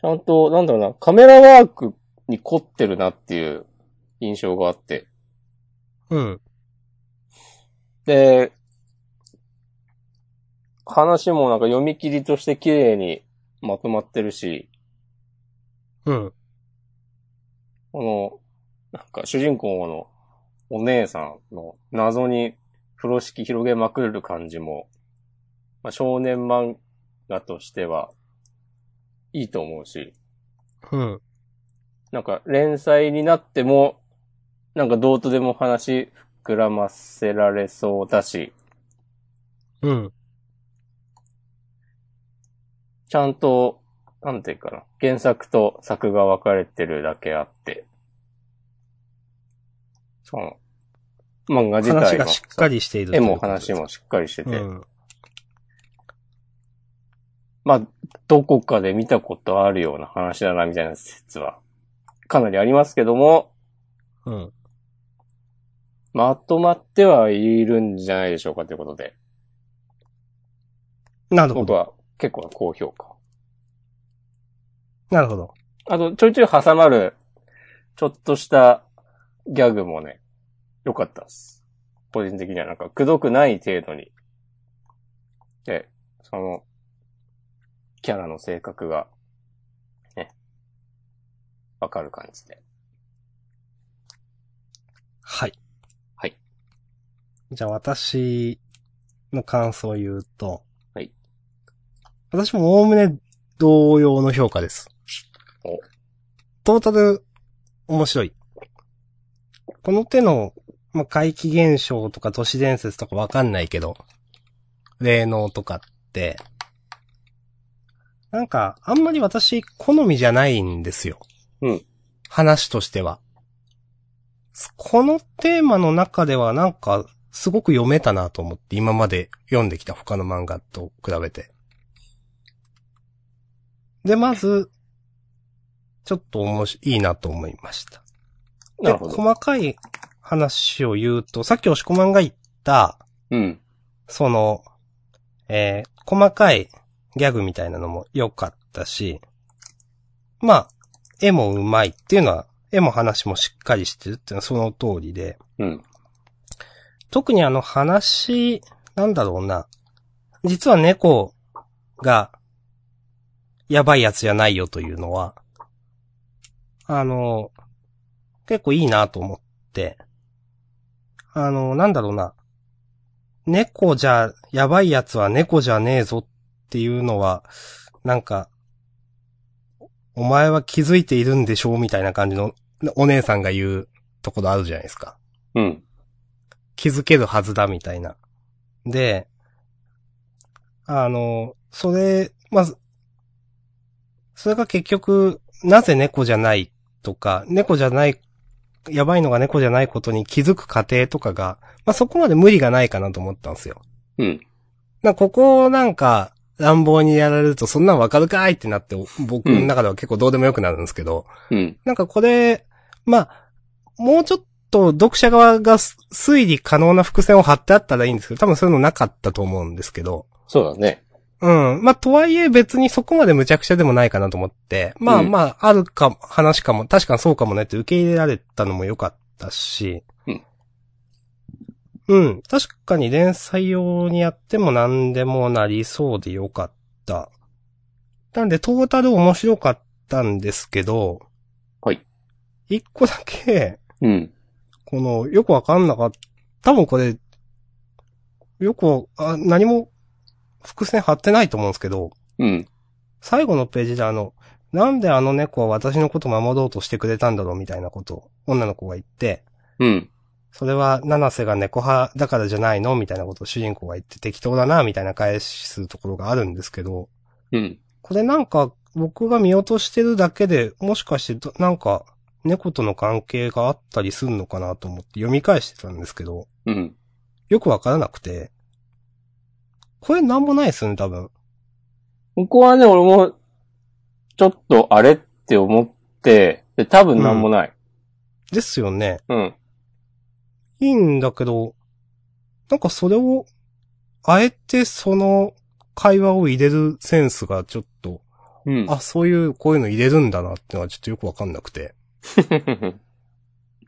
A: ゃんと、なんだろうな、カメラワークに凝ってるなっていう印象があって。
B: うん。
A: で、話もなんか読み切りとして綺麗にまとまってるし、
B: うん。
A: この、なんか主人公のお姉さんの謎に風呂敷広げまくる感じも、まあ、少年漫画としてはいいと思うし、
B: うん。
A: なんか連載になっても、なんかどうとでも話膨らませられそうだし、
B: うん。
A: ちゃんと、なんていうかな、原作と作が分かれてるだけあって、その、漫画自体の
B: 話がしっかりしている
A: 絵も話もしっかりして
B: う
A: て、
B: ん。
A: まあ、どこかで見たことあるような話だな、みたいな説は、かなりありますけども、
B: うん。
A: まとまってはいるんじゃないでしょうか、ということで。
B: なるほ
A: 僕
B: ど。
A: は結構な高評価。
B: なるほど。
A: あと、ちょいちょい挟まる、ちょっとしたギャグもね、良かったです。個人的にはなんか、くどくない程度に。で、その、キャラの性格が、ね、わかる感じで。
B: はい。
A: はい。
B: じゃあ私の感想を言うと。
A: はい。
B: 私もおおむね同様の評価です
A: お。
B: トータル面白い。この手の、まあ、怪奇現象とか都市伝説とかわかんないけど、霊能とかって、なんか、あんまり私、好みじゃないんですよ。
A: うん。
B: 話としては。このテーマの中ではなんか、すごく読めたなと思って、今まで読んできた他の漫画と比べて。で、まず、ちょっとおもし、いいなと思いました。
A: な
B: で、
A: るほど。
B: 細かい話を言うと、さっき押し込まんが言った、
A: うん。
B: その、えー細かいギャグみたいなのも良かったし、まあ、絵もうまいっていうのは、絵も話もしっかりしてるっていうのはその通りで、
A: うん。
B: 特にあの話、なんだろうな。実は猫が、やばいやつじゃないよというのは、あの、結構いいなと思って、あの、なんだろうな。猫じゃ、やばいやつは猫じゃねえぞっていうのは、なんか、お前は気づいているんでしょうみたいな感じのお姉さんが言うところあるじゃないですか。
A: うん。
B: 気づけるはずだみたいな。で、あの、それ、まず、それが結局、なぜ猫じゃないとか、猫じゃない、やばいのが猫じゃないことに気づく過程とかが、まあ、そこまで無理がないかなと思ったんですよ。
A: うん。
B: なんかここをなんか、乱暴にやられると、そんなんわかるかいってなって、僕の中では結構どうでもよくなるんですけど、
A: うん。
B: なんかこれ、まあ、もうちょっと読者側がす推理可能な伏線を張ってあったらいいんですけど、多分そういうのなかったと思うんですけど。
A: そうだね。
B: うん。まあ、とはいえ別にそこまで無茶苦茶でもないかなと思って、まあ
A: うん
B: まあ、あるかも、話かも、確かにそうかもねって受け入れられたのも良かったし、
A: うん。
B: うん。確かに連載用にやっても何でもなりそうで良かった。なんで、トータル面白かったんですけど、
A: はい。
B: 一個だけ、
A: うん。
B: この、よくわかんなかった。多分これ、よくわあ、何も伏線張ってないと思うんですけど、
A: うん。
B: 最後のページであの、なんであの猫は私のこと守ろうとしてくれたんだろうみたいなことを女の子が言って、
A: うん。
B: それは七瀬が猫派だからじゃないのみたいなことを主人公が言って適当だな、みたいな返しするところがあるんですけど、
A: うん。
B: これなんか僕が見落としてるだけで、もしかしてどなんか猫との関係があったりするのかなと思って読み返してたんですけど、
A: うん。
B: よくわからなくて、これなんもないですよね、多分。
A: ここはね、俺も、ちょっとあれって思って、で、多分なんもない。
B: ですよね。
A: うん。
B: いいんだけど、なんかそれを、あえてその会話を入れるセンスがちょっと、
A: うん。
B: あ、そういう、こういうの入れるんだなってのはちょっとよくわかんなくて。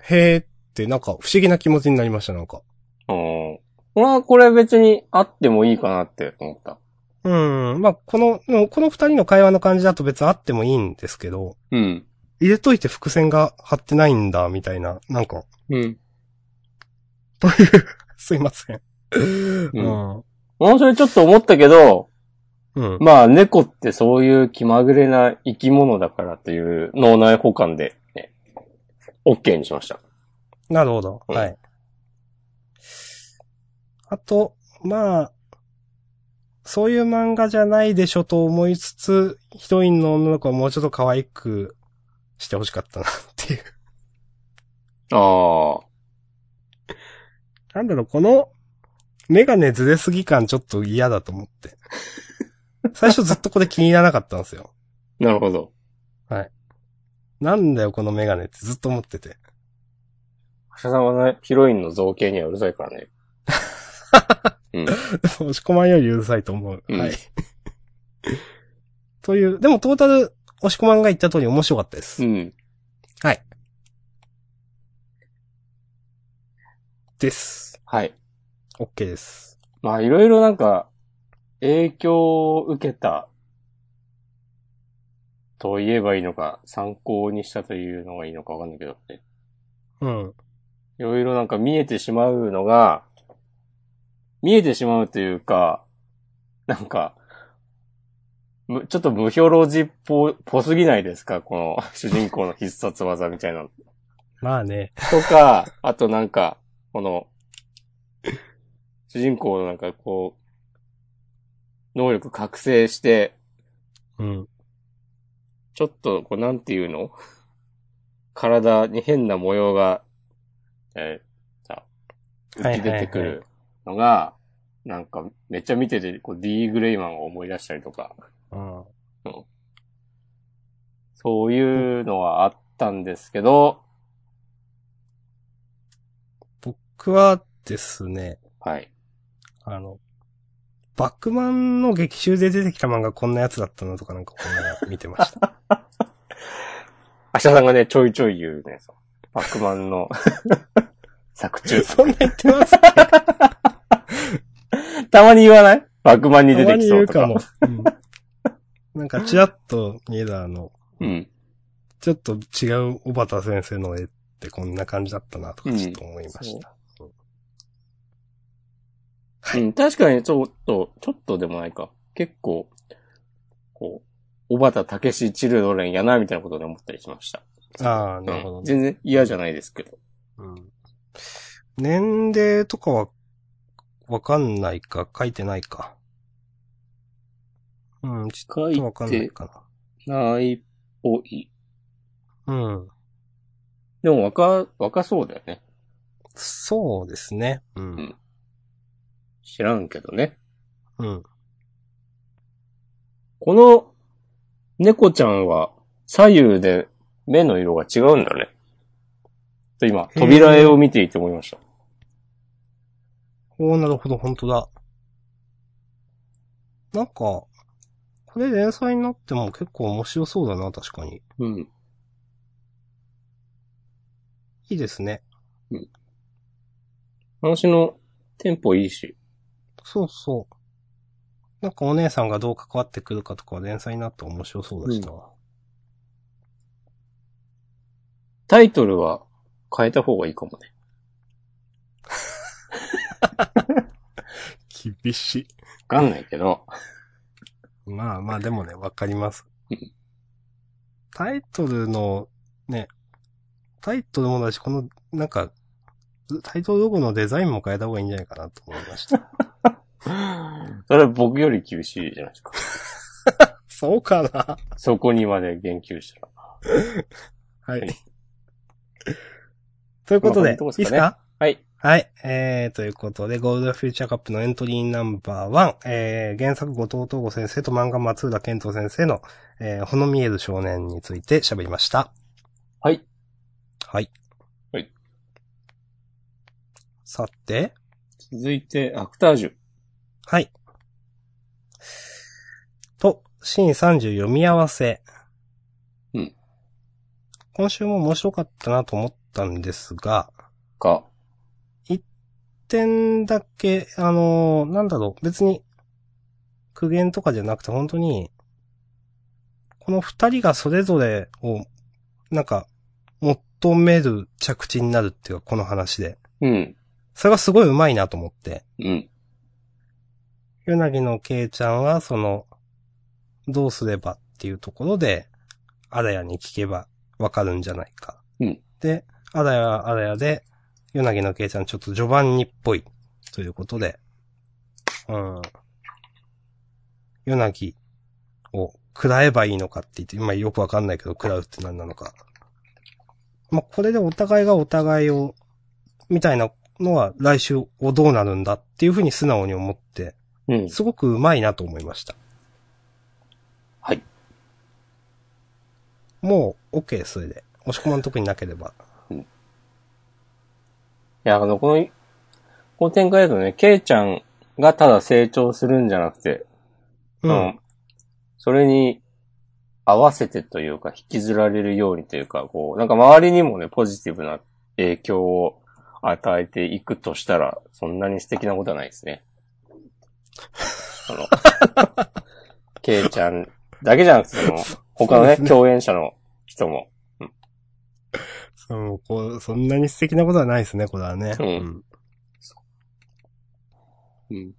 B: へーって、なんか不思議な気持ちになりました、なんか。
A: うん。俺はこれ別にあってもいいかなって思った。
B: うん。まあ、この、うんこの二人の会話の感じだと別にあってもいいんですけど、
A: うん。
B: 入れといて伏線が張ってないんだ、みたいな、なんか、
A: うん。
B: すいません。うん。
A: 俺もそれちょっと思ったけど、
B: うん。
A: まあ猫ってそういう気まぐれな生き物だからという脳内補完で、ね、OK にしました。
B: なるほど。
A: うん
B: はい。あと、まあ、そういう漫画じゃないでしょと思いつつ、ヒロインの女の子はもうちょっと可愛くしてほしかったなっていう。
A: ああ。
B: なんだろう、この、メガネずれすぎ感ちょっと嫌だと思 って。最初ずっとこれ気にならなかったんですよ。
A: なるほど。
B: なんだよ、このメガネってずっと思ってて。
A: 橋田さんはね、ヒロインの造形にはうるさいからね。うん。
B: 押し込まんよりうるさいと思う。
A: うん
B: はい。 という、でもトータル、押し込まんが言った通り面白かったです。
A: うん。
B: です。
A: はい。
B: OK です。
A: まあいろいろなんか、影響を受けた、と言えばいいのか、参考にしたというのがいいのかわかんないけどね。
B: うん。
A: いろいろなんか見えてしまうのが、見えてしまうというか、なんか、むちょっと無表ロジっぽ、ぽすぎないですかこの主人公の必殺技みたいなの。
B: まあね。
A: とか、あとなんか、この、主人公のなんかこう、能力覚醒して、
B: うん。
A: ちょっと、こうなんていうの体に変な模様が、えーさ、浮き出てく
B: はいはい
A: るのが、なんか、めっちゃ見てて、こう、D グレイマンを思い出したりとか、
B: うん。
A: そういうのはあったんですけど、
B: 僕はですね、
A: はい。
B: あの、バックマンの劇中で出てきた漫画こんなやつだったなとかなんかこんなの見てま した。
A: 明日さんがね、ちょいちょい言うね、そうバックマンの 作中。
B: そんな言ってます
A: たまに言わないバックマンに出てきそうと
B: た
A: か。
B: まに言うかも。 うん、なんかちらっと見えたあの、
A: うん。
B: ちょっと違う小畑先生の絵ってこんな感じだったなとかちょっと思いました。
A: うん、確かにちょっと、ちょっとでもないか。結構、こう、小畑武史チルドレンやな、みたいなことで思ったりしました。
B: ああ、なるほど
A: うん
B: ね、
A: 全然嫌じゃないですけど。
B: うん。年齢とかは、わかんないか、書いてないか。うん、ちょ
A: 書
B: っ
A: い
B: とわかんない
A: て
B: か
A: ないっぽい。
B: な。うん。
A: でも若、若そうだよね。
B: そうですね。うん。
A: うん知らんけどね。
B: うん。
A: この、猫ちゃんは、左右で目の色が違うんだね。と今、
B: へー
A: 扉絵を見ていて思いました。
B: おー、なるほど、本当だ。なんか、これ連載になっても結構面白そうだな、確かに。
A: うん。
B: いいですね。
A: 話のテンポいいし。
B: そうそう。なんかお姉さんがどう関わってくるかとかは連載になって面白そうだしな。
A: タイトルは変えた方がいいかもね。
B: 厳しい。
A: わかんないけど。
B: まあまあでもね、わかります
A: うん。
B: タイトルの、ね、タイトルもだし、この、なんか、タイトルロゴのデザインも変えた方がいいんじゃないかなと思いました。
A: それは僕より厳しいじゃないですか。
B: そうかな
A: そこにまで言及したら。
B: は
A: はいい。
B: ということで、
A: こんな感じ
B: い
A: です
B: いっす
A: かね
B: か
A: はい。
B: はい。えー、ということで、ゴールドフューチャーカップのエントリーナンバー1、えー、原作後藤東吾先生と漫画松浦健人先生の、えー、ほの見える少年について喋りました。
A: はい。
B: はい。
A: はい。
B: さて、
A: 続いて、アクタージュ。
B: はい。と、シーン30読み合わせ。
A: うん。
B: 今週も面白かったなと思ったんですが、
A: か。
B: 点だけ、あのーなんだろう、別に、苦言とかじゃなくて、本当に、この二人がそれぞれを、なんか、求める着地になるっていうか、この話で。
A: うん。
B: それがすごい上手いなと思って。
A: うん。
B: ヨナギのケイちゃんは、その、どうすればっていうところで、アラヤに聞けばわかるんじゃないか。
A: うん
B: で、アラヤはアラヤで、ヨナギのケイちゃんちょっと序盤にっぽい、ということで、うん。ヨナギを食らえばいいのかって言って、今よくわかんないけど、食らうって何なのか。まあ、これでお互いがお互いを、みたいなのは来週をどうなるんだっていうふうに素直に思って、
A: うん。
B: すごくうまいなと思いました。
A: はい。
B: もう、OK、それで。押し込まん特になければ。
A: いや、あの、この、この展開だとね、ケイちゃんがただ成長するんじゃなくて、
B: うん。
A: それに合わせてというか、引きずられるようにというか、こう、なんか周りにもね、ポジティブな影響を与えていくとしたら、そんなに素敵なことはないですね。あ の、ケイちゃんだけじゃなくて、その他の
B: そうで
A: ね、
B: すね
A: 共演者の人も。
B: そのこうそんなに素敵なことはないですね、これはね。
A: うんうん。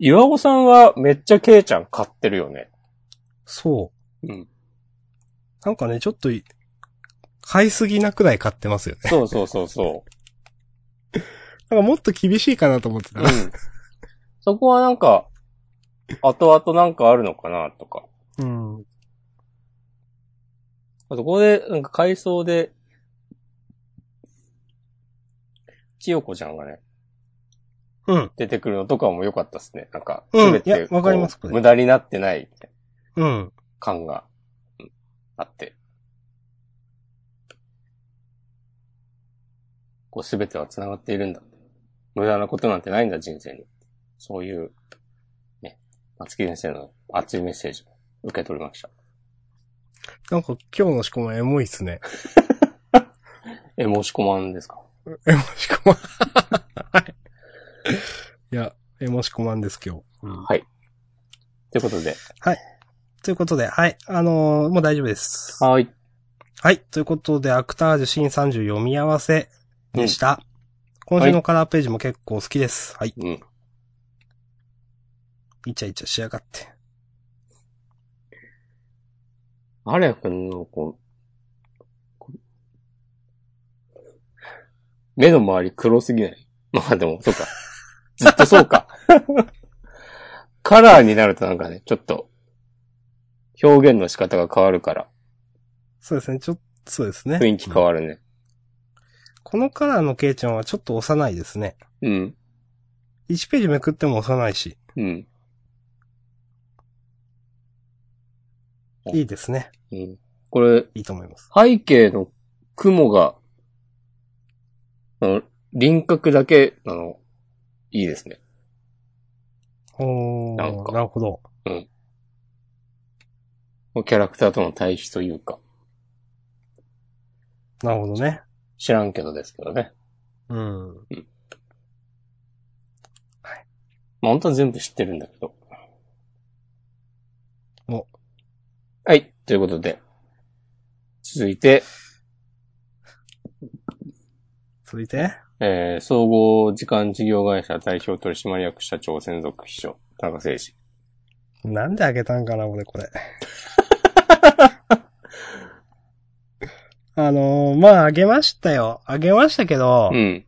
A: 岩尾さんはめっちゃケイちゃん買ってるよね。
B: そう。
A: うん。
B: なんかね、ちょっとい、買いすぎなくらい買ってますよね。
A: そうそうそうそう。
B: なんかもっと厳しいかなと思ってた。
A: うん。そこはなんか、後々なんかあるのかなとか。
B: うん。
A: あとここで、なんか回想で、千代子ちゃんがね、
B: うん。
A: 出てくるのとかも良かったですね。なんか、
B: うん
A: 全
B: い
A: て
B: や
A: こう、
B: わかりますこれ
A: 無駄になってない
B: うん。
A: 感が、うんあって。こう、すべては繋がっているんだ。無駄なことなんてないんだ、人生に。そういう、ね、松木先生の熱いメッセージを受け取りました。
B: なんか今日のしこまんエモいっすね。
A: え、申し込まんですか
B: エモしこまん。 はいいや、エモしこまんです、今日。うん
A: はい。ということで、
B: ということで、はい。あのーもう大丈夫です。
A: はい。
B: はい。ということで、アクタージュシーン30読み合わせでした。今週のカラーページも結構好きです。はい。
A: うん。
B: イチャイチャしやがって。
A: アレくんの、こう、目の周り黒すぎない まあでも、そうか。ずっとそうか。 カラーになるとなんかね、ちょっと、表現の仕方が変わるから、
B: そうですね。ちょっと、そうですね。
A: 雰囲気変
B: うん
A: わるね。
B: このカラーのケイちゃんはちょっと幼いですね。
A: うん。
B: 1ページめくっても幼いし、
A: うん。
B: いいですね。
A: うん。これ、
B: いいと思います。
A: 背景の雲が、あの、輪郭だけ、あの、いいですね。
B: おー、
A: なんか
B: なるほど。
A: キャラクターとの対比というか、
B: なるほどね。
A: 知らんけどですけどね。
B: うん。
A: まあ、本当は全部知ってるんだけど。
B: お
A: はい。ということで。続いて、
B: 続いて、
A: えー、総合時間事業会社代表取締役社長専属秘書、田中誠司。
B: なんであげたんかな、俺、これ。 あのーまあ、あげましたよ。あげましたけど、
A: う
B: い
A: ん。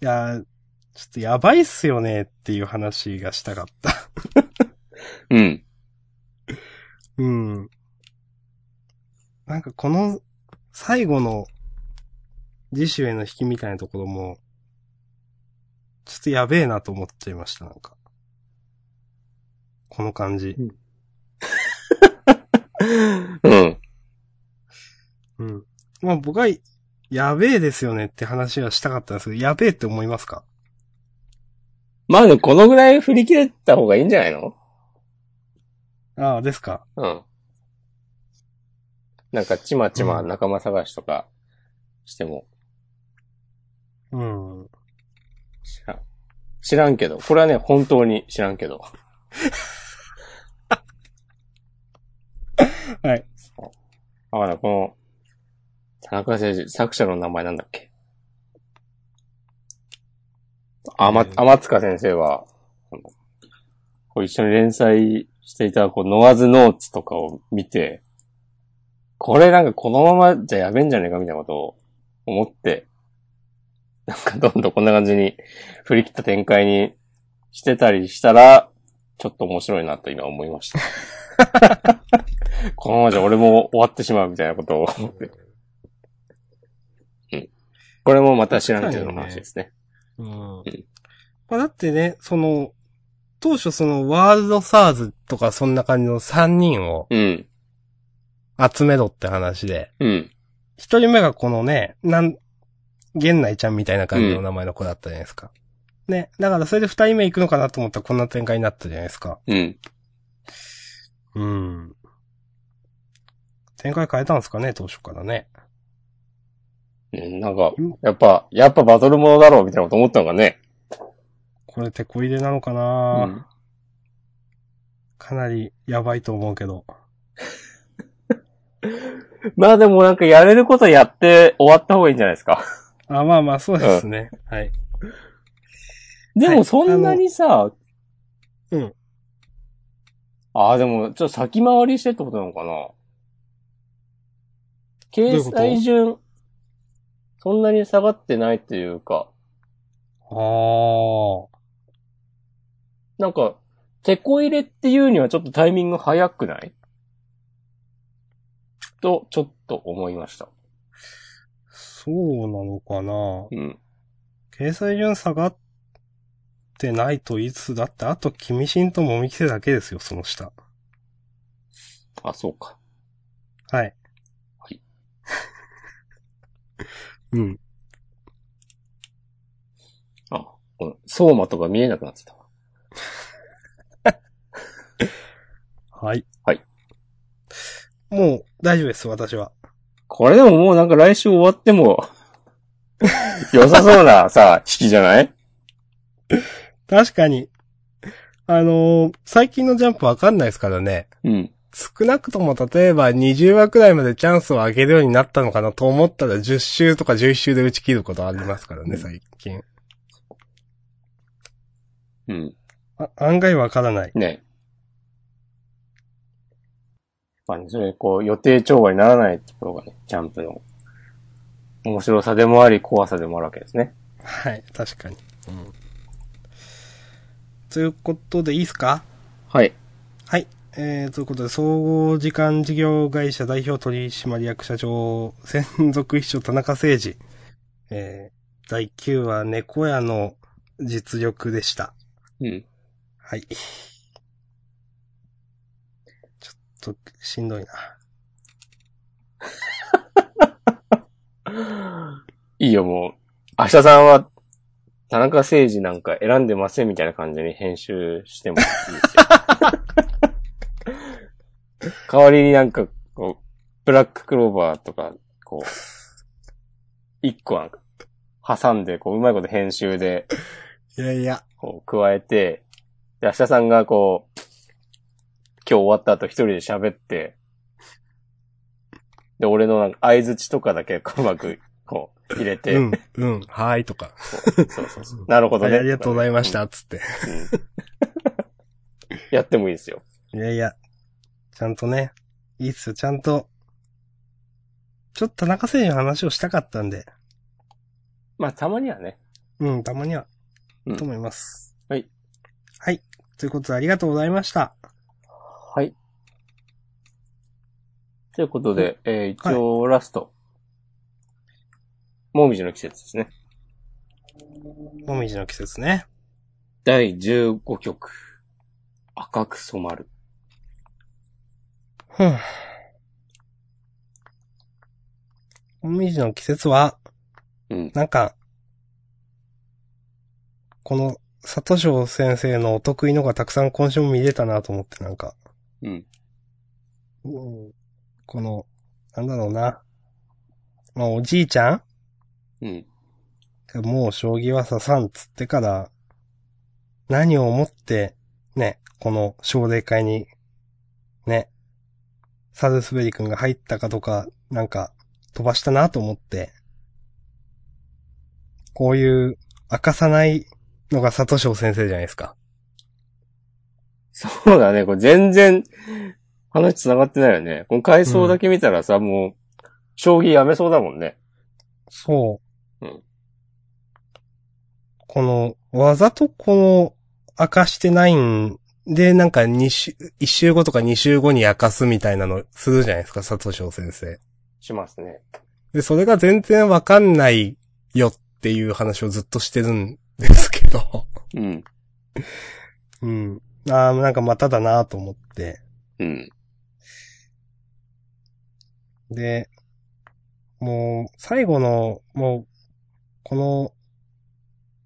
B: やー、ちょっとやばいっすよねっていう話がしたかった。
A: うん。
B: うん。なんかこの、最後の、次週への引きみたいなところも、質やべえなと思っちゃいました、なんか。この感じ。
A: うん。
B: うん。まあ僕は、やべえですよねって話はしたかったんですけど、やべえって思いますか
A: まあでもこのぐらい振り切れた方がいいんじゃないの
B: ああ、ですか。
A: うん。なんかちまちま仲間探しとかしても、
B: うん。
A: 知らん。知らんけど、これはね、本当に知らんけど。
B: はい。
A: あ、ほら、この、田中誠司、作者の名前なんだっけあま
B: え、ー
A: 天塚先生は、こう一緒に連載していた、こう、ノアズノーツとかを見て、これなんかこのままじゃやべえんじゃねえかみたいなことを思って、なんかどんどんこんな感じに振り切った展開にしてたりしたら、ちょっと面白いなと今思いました。 このままじゃ俺も終わってしまうみたいなことを思って。うん。これもまた知らんけどの話ですね。
B: うん。まあだってね、その、当初そのワールドサーズとかそんな感じの3人を
A: うん。
B: 集めろって話で、
A: うん。
B: 1人目がこのね、なん、源内ちゃんみたいな感じの名前の子だったじゃないですか。ね。だからそれで2人目行くのかなと思ったらこんな展開になったじゃないですか。
A: うん。
B: うん。展開変えたんですかね、当初からね。
A: うんなんか、やっぱ、やっぱバトルものだろうみたいなこと思ったのかね。
B: これ手こ入れなのか
A: う
B: な、
A: ん。
B: かなりやばいと思うけど。
A: まあでもなんかやれることやって終わった方がいいんじゃないですか。
B: あ、まあまあ、そうですね。はい。
A: でもそんなにさ、
B: あのうん。
A: ああ、でも、ちょっと先回りしてってことなのかな掲載順、そんなに下がってないというか、
B: ああ。
A: なんか、テこ入れっていうにはちょっとタイミング早くないと、ちょっと思いました。
B: そうなのかな
A: うん。
B: 掲載順下がってないと言いつつ、だってあと、君ンともみきせだけですよ、その下。
A: あ、そうか。
B: はい。
A: はい。
B: うん。
A: あ、ごめん相馬とか見えなくなってたわ。
B: はい。
A: はい。
B: もう、大丈夫です、私は。
A: これでももうなんか来週終わっても、良さそうなさ、引きじゃない
B: 確かに。あのー最近のジャンプわかんないですからね。
A: うん。
B: 少なくとも例えば20話くらいまでチャンスを上げるようになったのかなと思ったら10週とか11週で打ち切ることありますからね、最近。
A: うん。
B: あ案外わからない。
A: ね。まあね、それ、こう、予定調和にならないところがね、ジャンプの面白さでもあり、怖さでもあるわけですね。
B: はい、確かに。うん。ということでいいですか
A: はい。
B: はい。えー、ということで、総合時間事業会社代表取締役社長、専属秘書田中誠二。えー、第9話、猫屋の実力でした。
A: うん。
B: はい。ちょっと、しんどいな。
A: いいよ、もう。明日さんは、田中誠二なんか選んでませんみたいな感じに編集してもいい ですよ。代わりになんか、こう、ブラッククローバーとか、こう、一個なんか、挟んで、こう、うまいこと編集で、
B: いやいや。
A: こう、加えて、で、明日さんがこう、今日終わった後一人で喋って、で、俺のなんか相槌とかだけ こううまく、こう、入れて、
B: うん、うん、はーいとか。
A: そうそうそう。なるほど
B: はい
A: ね。
B: ありがとうございました、つって。
A: うん。うん やってもいいですよ。
B: いやいや。ちゃんとね、いいっすよ、ちゃんと。ちょっと田中誠二の話をしたかったんで。
A: まあ、たまにはね。
B: うん、たまには
A: うん。
B: と思います。
A: はい。
B: はい。ということで、ありがとうございました。
A: はい。ということで、えー一応ラスト。もみじの季節ですね。
B: もみじの季節ね。
A: 第15曲。赤く染まる。
B: ふん。もみじの季節は、
A: うん。
B: なんか、この、佐藤翔先生のお得意のがたくさん今週も見れたなと思って、なんか、
A: うん。
B: うんこの、なんだろうな。まあ、おじいちゃん
A: うん。
B: がもう将棋はささんっつってから、何を思って、ね、この奨励会に、ね、サルスベリ君が入ったかとか、なんか、飛ばしたなと思って、こういう、明かさないのが佐藤翔先生じゃないですか。
A: そうだね。これ全然、話繋がってないよね。この回想だけ見たらさ、もう、将棋やめそうだもんね。
B: そう。
A: うん
B: この、わざとこの、明かしてないんで、なんか2週、1週後とか2週後に明かすみたいなのするじゃないですか、佐藤翔先生。
A: しますね。
B: で、それが全然わかんないよっていう話をずっとしてるんですけど。
A: うん。
B: うん。ああ、なんかまただなと思って。
A: うん。
B: で、もう、最後の、もう、この、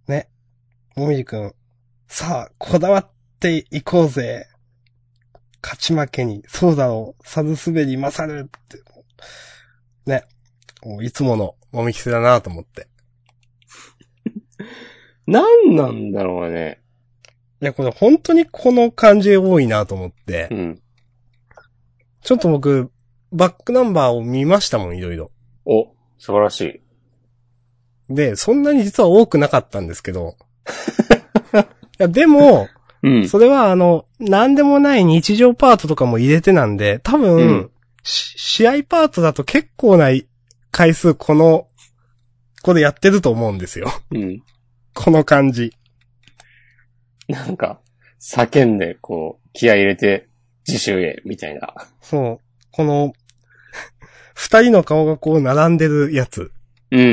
B: ね、もみじくん、さあ、こだわっていこうぜ。勝ち負けに、そうだろう、サズスベリ勝るって、ね、もういつものもみきせだなと思って。
A: なんなんだろうね。
B: いや、これ本当にこの感じ多いなと思って
A: う、ん。
B: ちょっと僕、バックナンバーを見ましたもん、いろいろ。
A: お、素晴らしい。
B: で、そんなに実は多くなかったんですけど。いや、でも、
A: うん。
B: それはあの、なんでもない日常パートとかも入れてなんで、多分、
A: うん
B: し試合パートだと結構ない回数この、これやってると思うんですよ。
A: うん。
B: この感じ。
A: なんか、叫んで、こう、気合い入れて、自習へ、みたいな。
B: そう。この、二人の顔がこう並んでるやつ。
A: うんうん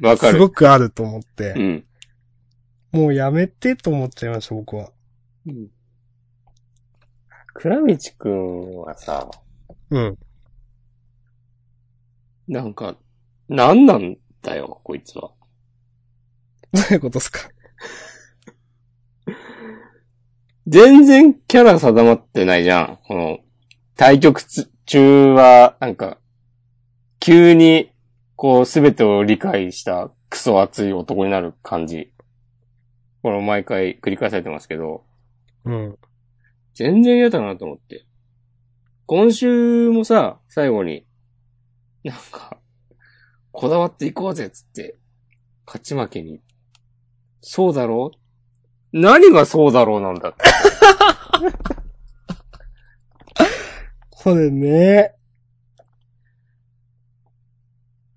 A: うん。わか
B: す
A: る。
B: ごくあると思って、
A: うん。
B: もうやめてと思っちゃいました、僕は。
A: うん。倉道くんはさ、
B: うん。
A: なんか、なんなんだよ、こいつは。
B: どういうことですか
A: 全然キャラ定まってないじゃん。この、対局つ中は、なんか、急に、こう、すべてを理解したクソ熱い男になる感じ。これ毎回繰り返されてますけど、
B: うん。
A: 全然嫌だなと思って。今週もさ、最後に、なんか、こだわっていこうぜっつって、勝ち負けに、そうだろう何がそうだろうなんだって。
B: これね。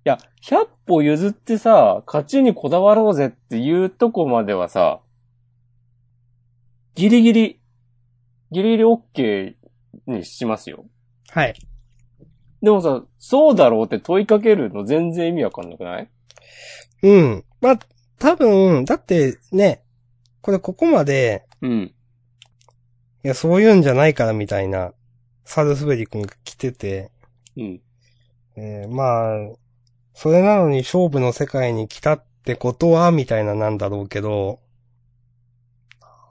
A: いや、100歩譲ってさ、勝ちにこだわろうぜっていうとこまではさ、ギリギリ、ギリギリ OK にしますよ。
B: はい。
A: でもさ、そうだろうって問いかけるの全然意味わかんなくない
B: うん。まあ、多分、だってね、これここまで、
A: うん。
B: いや、そういうんじゃないからみたいな、サルスベリ君が来てて、
A: うん。
B: えーまあ、それなのに勝負の世界に来たってことは、みたいななんだろうけど、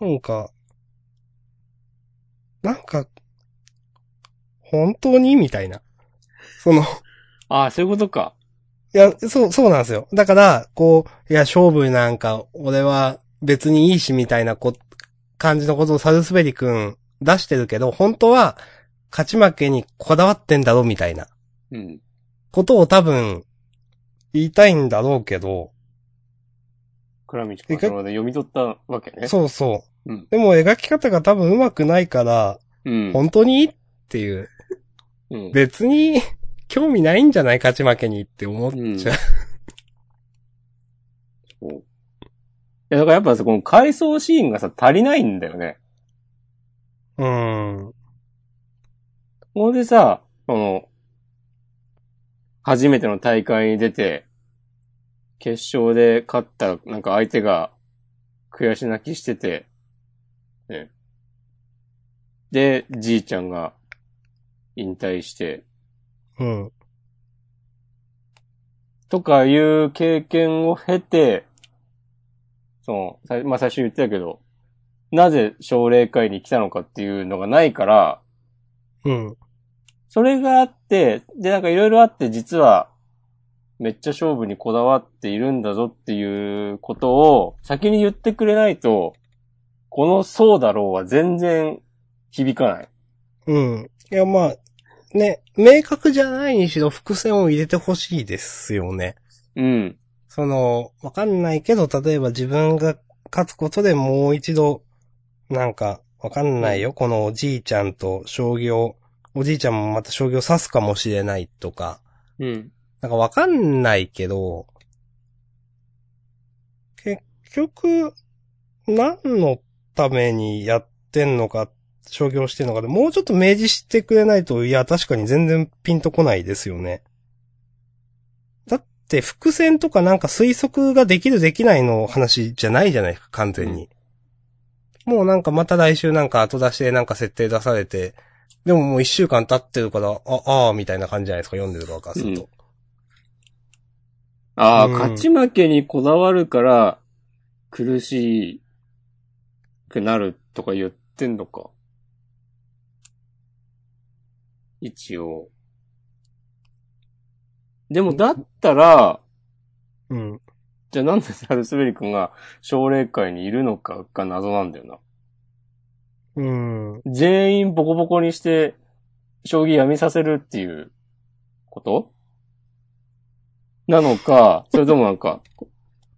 B: なんか、なんか、本当にみたいな。その、
A: ああ、そういうことか。
B: いや、そう、そうなんですよ。だから、こう、いや、勝負なんか、俺は別にいいし、みたいなこ、感じのことをサルスベリ君出してるけど、本当は、勝ち負けにこだわってんだろ、みたいな
A: うん。
B: ことを多分、言いたいんだろうけど、
A: 倉道くんはそれまで読み取ったわけね。
B: そうそう。
A: うん
B: でも、描き方が多分上手くないから、
A: うん。
B: 本当にっていう、
A: うん。
B: 別に、興味ないんじゃない勝ち負けにって思っちゃう。
A: そういや、だからやっぱさ、この回想シーンがさ、足りないんだよね。
B: うん。
A: ほんでさ、この、初めての大会に出て、決勝で勝ったら、なんか相手が悔し泣きしてて、ね。で、じいちゃんが引退して、
B: うん。
A: とかいう経験を経て、その、さまあ、最初言ってたけど、なぜ奨励会に来たのかっていうのがないから、
B: うん。
A: それがあって、で、なんかいろいろあって、実は、めっちゃ勝負にこだわっているんだぞっていうことを先に言ってくれないと、このそうだろうは全然響かない。
B: うん。いや、まあ、ね、明確じゃないにしろ伏線を入れてほしいですよね。
A: うん。
B: その、わかんないけど、例えば自分が勝つことでもう一度、なんか、わかんないよ。このおじいちゃんと将棋を、おじいちゃんもまた将棋を指すかもしれないとか、
A: うん。
B: なんかわかんないけど、結局、何のためにやってんのか、商業してんのかで、もうちょっと明示してくれないと、いや、確かに全然ピンとこないですよね。だって、伏線とかなんか推測ができるできないの話じゃないじゃないですか、完全に。もうなんかまた来週なんか後出しでなんか設定出されて、でももう一週間経ってるから、あ、ああ、みたいな感じじゃないですか、読んでる側からすると。
A: ああ、
B: うん
A: 勝ち負けにこだわるから、苦しくなるとか言ってんのか。一応。でも、だったら、
B: うん
A: じゃあなんでサルスベリ君が奨励会にいるのかが謎なんだよな。
B: うん。
A: 全員ボコボコにして、将棋やめさせるっていうことなのか、それともなんか、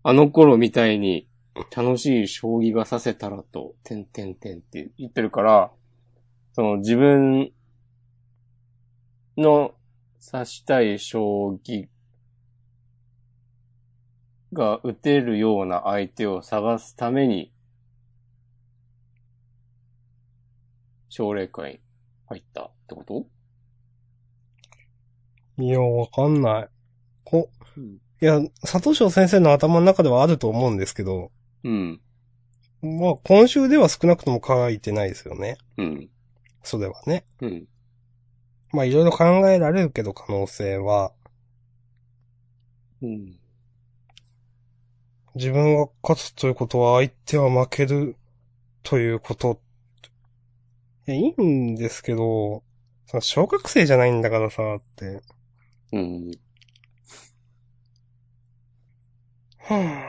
A: あの頃みたいに楽しい将棋がさせたらと、てんてんてんって言ってるから、その自分の指したい将棋が打てるような相手を探すために、奨励会入ったってこと
B: いや、わかんない。こ、
A: うん
B: いや、佐藤翔先生の頭の中ではあると思うんですけど、
A: うん。
B: まあ、今週では少なくとも書いてないですよね。
A: うん。
B: それはね。
A: うん。
B: まあ、いろいろ考えられるけど、可能性は、
A: うん。
B: 自分が勝つということは、相手は負けるということ。いや、いいんですけど、その小学生じゃないんだからさ、って。
A: うん。
B: は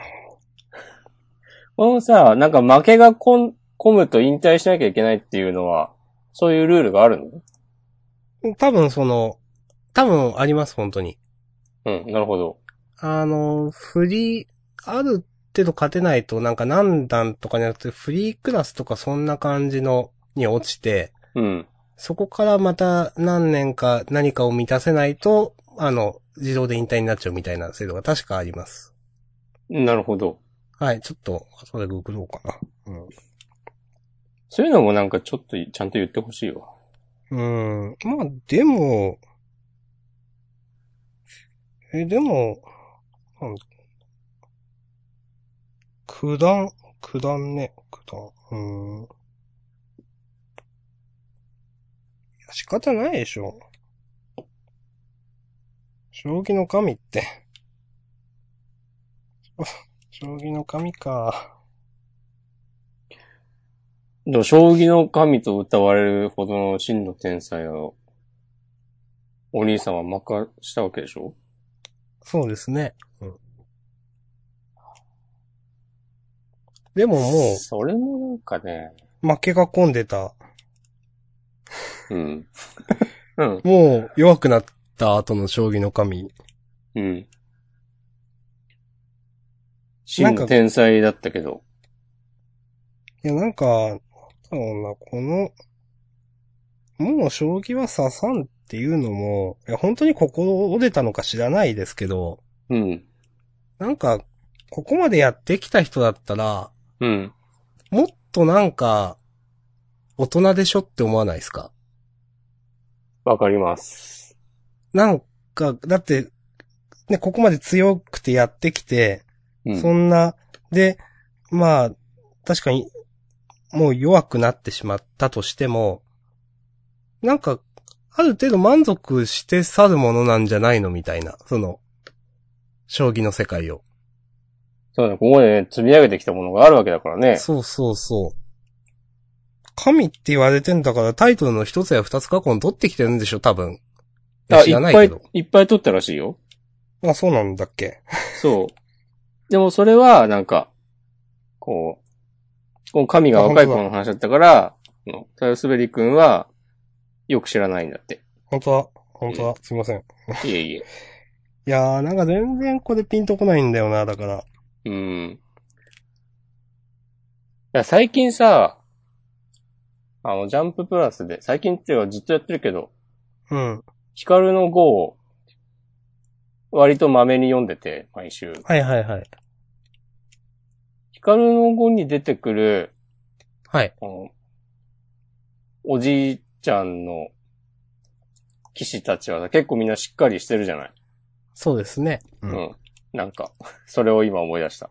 A: このさ、なんか負けがこん込むと引退しなきゃいけないっていうのは、そういうルールがあるの
B: ぁ多分その、多分あります、本当に。
A: うん、なるほど。
B: あの、フリー、ある程度勝てないと、なんか何段とかじゃなくて、フリークラスとかそんな感じの、に落ちて、
A: うん。
B: そこからまた何年か何かを満たせないと、あの、自動で引退になっちゃうみたいな制度が確かあります。
A: なるほど。
B: はい、ちょっと、それググろうかな。
A: そういうのもなんかちょっとちゃんと言ってほしいわ。
B: うん。うん。まあ、でも、え、でも、うん九段、九段ね、九段。うん。いや、仕方ないでしょ。将棋の神って。 将棋の神か。
A: でも将棋の神と歌われるほどの真の天才を、お兄さんは任したわけでしょ
B: そうですね。うん。でももう、
A: それもなんかね、
B: 負けが込んでた。
A: うん。うん。
B: もう弱くなった後の将棋の神。
A: うん。真の天才だったけど。
B: いや、なんか、なんだろうな、この、もう将棋は刺さんっていうのも、いや、本当に心折れたのか知らないですけど、
A: うん。
B: なんか、ここまでやってきた人だったら、
A: うん。
B: もっとなんか、大人でしょって思わないですか
A: わかります。
B: なんか、だって、ね、ここまで強くてやってきて、
A: うん。
B: そんな、で、まあ、確かに、もう弱くなってしまったとしても、なんか、ある程度満足して去るものなんじゃないのみたいな、その、将棋の世界を。
A: そうね、ここまでね、積み上げてきたものがあるわけだからね。
B: そうそうそう。神って言われてんだからタイトルの一つや二つ過去に取ってきてるんでしょ、多分。いや
A: あ
B: 知
A: い
B: ら
A: っ
B: な
A: ぱ
B: いけ
A: い
B: ど。、
A: いっぱい取ったらしいよ。
B: あ、そうなんだっけ。
A: そう。で もそれは、なんか、こう、この神が若い頃の話だったから、そのタヨスベリ君は、よく知らないんだって。
B: 本当は本当はすいません。
A: いえいえ。
B: いやー、なんか全然これピンとこないんだよな、だから。
A: うん。いや、最近さ、あの、ジャンププラスで、最近っていうかずっとやってるけど、
B: うん。
A: ヒカルの号を、割とまめに読んでて、毎週。
B: はいはいはい。
A: ヒカルの号に出てくる、
B: はい。
A: この、おじいちゃんの騎士たちは結構みんなしっかりしてるじゃない。
B: そうですね。う
A: うん。。なんか、それを今思い出した。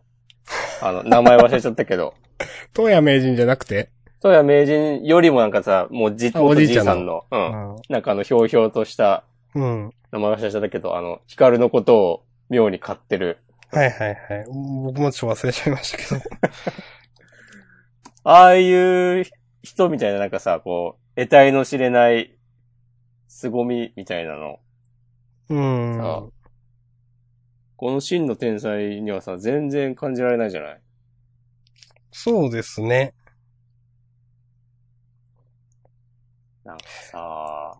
A: あの、名前忘れちゃったけど、
B: 東野名人じゃなくて、
A: そうや名人よりもなんかさ、もうじ、
B: あお
A: お
B: じ
A: じ
B: い
A: い
B: ち
A: ち
B: ゃんの
A: ゃんの、う。
B: うん
A: なんかあの、ひょうひょうとした、
B: ん。うん。
A: 名前忘れちゃったけど、あの、ヒカルのことを妙に買ってる。
B: はいはいはい。僕もちょっと忘れちゃいましたけど。
A: ああいう人みたいななんかさ、こう、得体の知れない凄みみたいなの。
B: うん。
A: あこの真の天才にはさ、全然感じられないじゃない
B: そうですね。
A: なんかさ、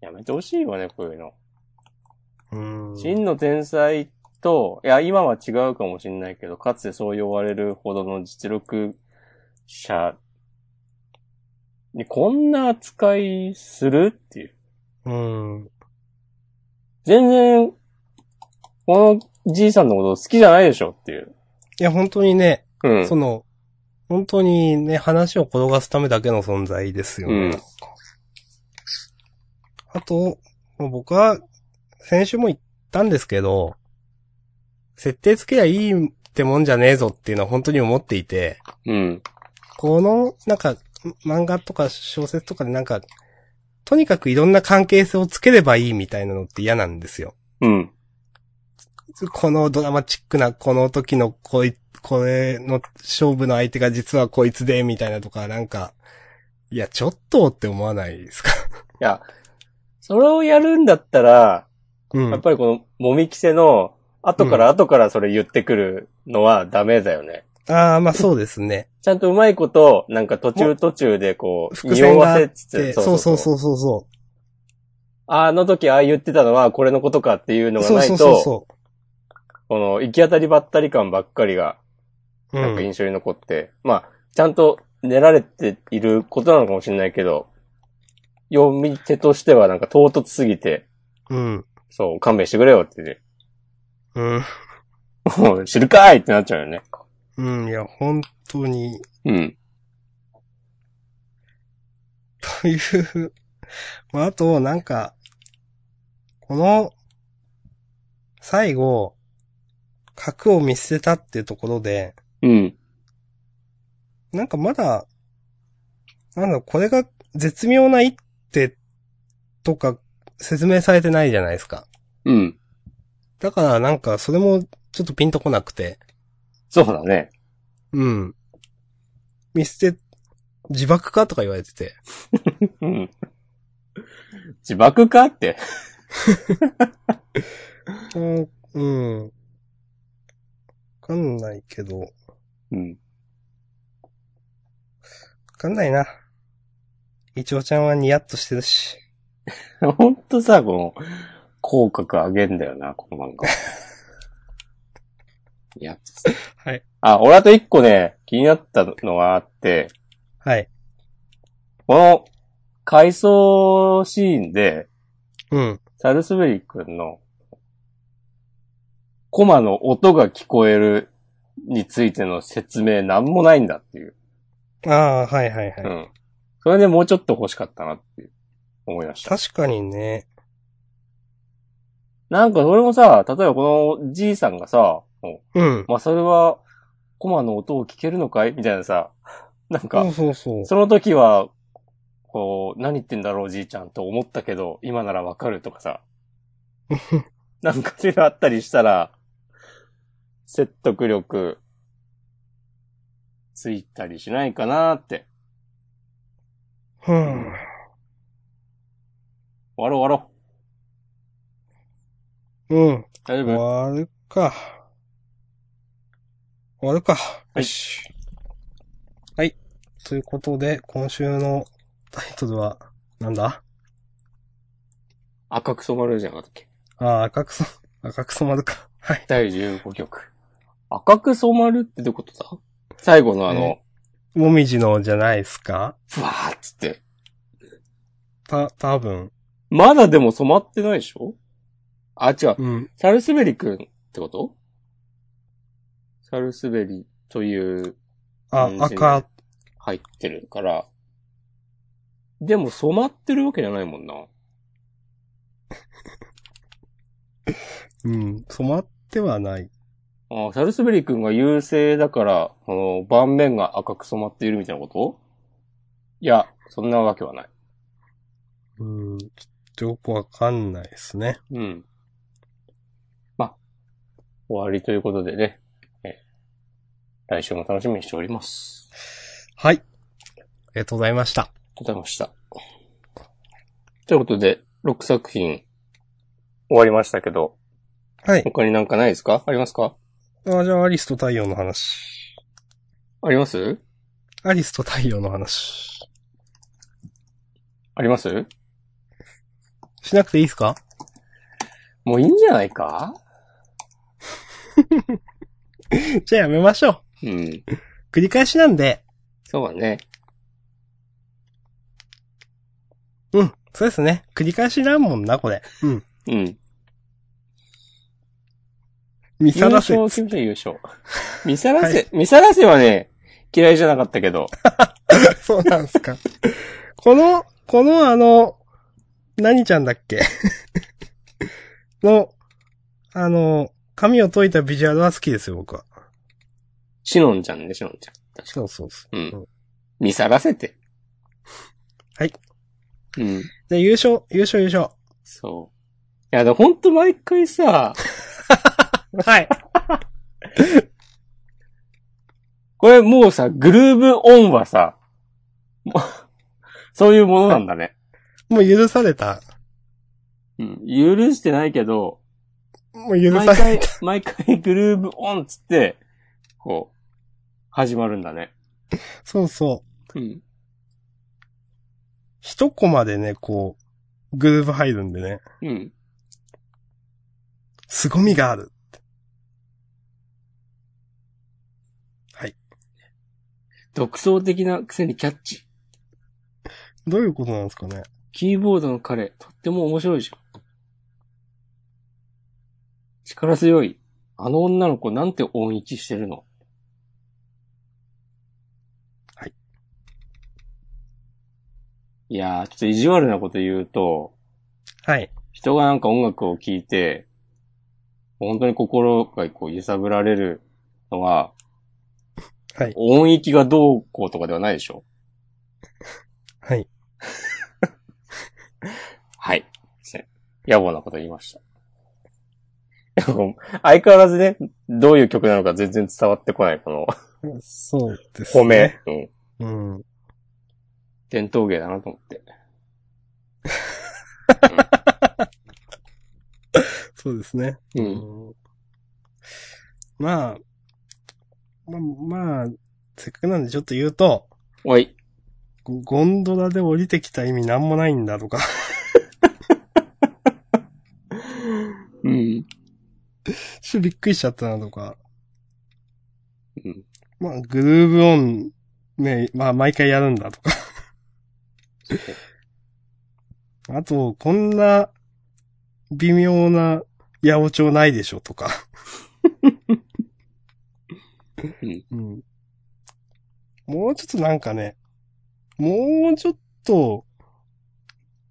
A: やめてほしいよね、こういうの。
B: うん。
A: 真の天才と、いや、今は違うかもしんないけど、かつてそう呼ばれるほどの実力者にこんな扱いするっていう。
B: うん。
A: 全然、このじいさんのこと好きじゃないでしょっていう。
B: いや、本当にね、
A: うん。
B: その、本当にね、話を転がすためだけの存在ですよね。
A: うん
B: あと、もう僕は、先週も言ったんですけど、設定つけりゃいいってもんじゃねえぞっていうのは本当に思っていて、
A: うん。
B: この、なんか、漫画とか小説とかでなんか、とにかくいろんな関係性をつければいいみたいなのって嫌なんですよ。
A: うん。
B: このドラマチックな、この時のこい、これの勝負の相手が実はこいつで、みたいなとか、なんか、いや、ちょっとって思わないですか。
A: いや、それをやるんだったら、
B: うん。
A: やっぱりこの、もみきせの、後から後からそれ言ってくるのはダメだよね。
B: ああ、まあそうですね。
A: ちゃんとうまいこと、なんか途中途中でこう、
B: 伏
A: 匂
B: 線が
A: わ
B: あっ
A: せつ
B: て、そう
A: つ、
B: そうそうそうそ
A: あの時ああ言ってたのはこれのことかっていう
B: う。
A: のが
B: そう
A: ない
B: そう
A: と、
B: そうそ
A: この行き当たりばったり感ばっかりが、
B: う。う
A: なんか
B: ん。
A: 印象に残って、まあ、ちゃんと練られていることなのかもしれないけど、読み手としてはなんか唐突すぎて、
B: うん。
A: そう、勘弁してくれよってね、
B: うん。
A: もう知るかいってなっちゃうよね。
B: うん。いや、本当に、
A: うん。
B: という、 まあ、あと、なんか、この、最後、核を見捨てたっていうところで、
A: うん。
B: なんかまだ、なんだ、これが絶妙な一手とか説明されてないじゃないですか。
A: うん。
B: だからなんかそれもちょっとピンとこなくて、
A: そうだね。
B: うん。見捨て、自爆かとか言われてて、
A: うん。自爆かって。
B: うん、うん。わかんないけど、わ
A: うん。
B: かんないな。イチョウちゃんはニヤッとしてるし。
A: ほんとさ、この、口角上げんだよな、この漫画。 いや、
B: はい。
A: あ、俺あと一個ね、気になったのがあって、
B: はい。
A: この、回想シーンで、
B: うん。
A: サルスベリ君の、コマの音が聞こえるについての説明なんもないんだっていう。
B: ああ、はいはいはい。
A: うん。それでもうちょっと欲しかったなっていう思いました。
B: 確かにね。
A: なんかそれもさ、例えばこのじいさんがさ、お
B: うん。
A: まあそれは、コマの音を聞けるのかいみたいなさ、なんか
B: そう、そうそう。
A: その時は、こう、何言ってんだろう、じいちゃんと思ったけど、今ならわかるとか さ。なんかそういうのあったりしたら、説得力、ついたりしないかなって。
B: うん。
A: 終わろう終わろ
B: うん。
A: う。大丈
B: 終
A: 夫
B: わるか。終わるか。
A: い
B: よし。はい。ということで、今週のタイトルは、なんだ
A: 赤く染まるじゃなかったっけ
B: ああ、赤くそ、赤く染まるか。はい。
A: 第15曲。赤く染まるってどういうことだ最後のあの、
B: もみじのじゃないですか
A: ふわーっつって。
B: た、多分。
A: まだでも染まってないでしょあ、違う。
B: うん。
A: サルスベリ君ってことサルスベリという
B: あ
A: う、ん
B: 赤、
A: 入ってるから。でも染まってるわけじゃないもんな。
B: うん。染まってはない。
A: あサルスベリ君が優勢だから、この盤面が赤く染まっているみたいなこといや、そんなわけはない。
B: うん。ちょっとよくわかんないですね。
A: うん。まあ、終わりということでね。え来週も楽しみにしております。
B: はい。ありがとうございました。
A: ございました。ということで、6作品終わりましたけど、
B: はい。
A: 他になんかないですかありますか
B: あじゃあ、アリスと太陽の話。
A: あります
B: アリスと太陽の話。
A: あります
B: しなくていいですか
A: もういいんじゃないか
B: じゃあやめましょう。
A: うん。
B: 繰り返しなんで。
A: そうだね。
B: うん。そうですね。繰り返しなんもんな、これ。うん。
A: うん。
B: 見
A: 優
B: さらせ。
A: 勝を決めて優 勝。見さらせ、見さらせはね、嫌いじゃなかったけど。
B: そうなんですか。この、このあの、何ちゃんだっけ の、あの、髪を解いたビジュアルは好きですよ、僕は。
A: シノンちゃんね、シノンちゃん。確か
B: そうそうそう。
A: に。う
B: うん
A: ん。見さらせて。
B: はい。
A: うん。
B: で、優勝、優勝、優勝。
A: そう。いや、でもほんと毎回さ、
B: はい。
A: これもうさ、グルーブオンはさ、 もうそういうものなんだね。
B: もう許された。
A: うん。許してないけど、
B: もう許
A: 毎
B: され、
A: 回、毎回グルーブオンっつって、こう、始まるんだね。
B: そうそう。
A: うん。
B: 一コマでね、こう、グルーブ入るんでね、
A: うん。
B: 凄みがある。
A: 独創的なくせにキャッチ。
B: どういうことなんですかね。
A: キーボードの彼、とっても面白いじゃん。力強い。あの女の子なんて音域してるの。
B: はい。
A: いやー、ちょっと意地悪なこと言うと、
B: はい。
A: 人がなんか音楽を聴いて、本当に心がこう揺さぶられるのは、
B: はい。
A: 音域がどうこうとかではないでしょ
B: はい。
A: はい。すいません野暮なこと言いました。でも 相変わらずね、どういう曲なのか全然伝わってこない、この
B: そうです、
A: 褒め。。うん。
B: うん。
A: 伝統芸だなと思って。
B: そうですね。
A: う。
B: うんんまあ、ま、まあ、せっかくなんでちょっと言うと、
A: おい。
B: ゴゴンドラで降りてきた意味なんもないんだとか、
A: うん。
B: ちょっとびっくりしちゃったなとか、
A: うん
B: まあ、グルーブオン、ね、まあ、毎回やるんだとか。あと、こんな、微妙な、八百長ないでしょとか。
A: うん
B: うんもうちょっとなんかね、もうちょっと、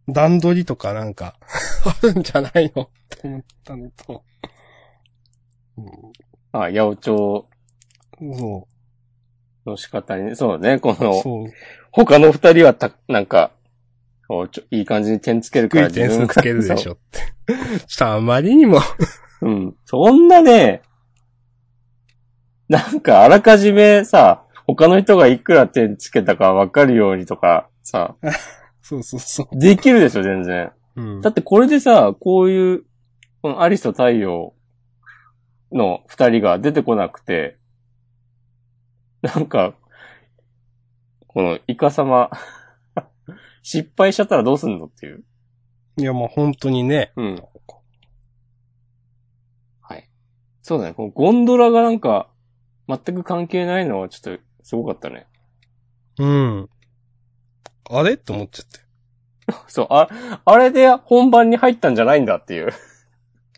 B: 段取りとかなんか、 あるんじゃないのって思ったのと、
A: あ、八百長
B: うん、そ
A: の仕方にね、そうね、こ
B: う、
A: の、
B: そう、
A: 他の二人はた、なんか、こうちょいい感じに点つけるか
B: 低
A: ら
B: い点
A: 自分
B: 数
A: が
B: つけるでしょって。 ちょっとあまりにも、
A: そううん。そんなね、なんかあらかじめさ、他の人がいくら点つけたかわかるようにとかさ、
B: そうそうそ
A: できるでしょ、全然。
B: う。うん
A: だってこれでさ、こういう、このアリスと太陽の二人が出てこなくて、なんか、このイカ様、 失敗しちゃったらどうすんのっていう。
B: いや、もう本当にね、
A: うん。はい。そうだね。このゴンドラがなんか、全く関係ないのはちょっと、すごかったね。
B: うん。あれって思っちゃって。
A: そう、あ、あれで本番に入ったんじゃないんだっていう。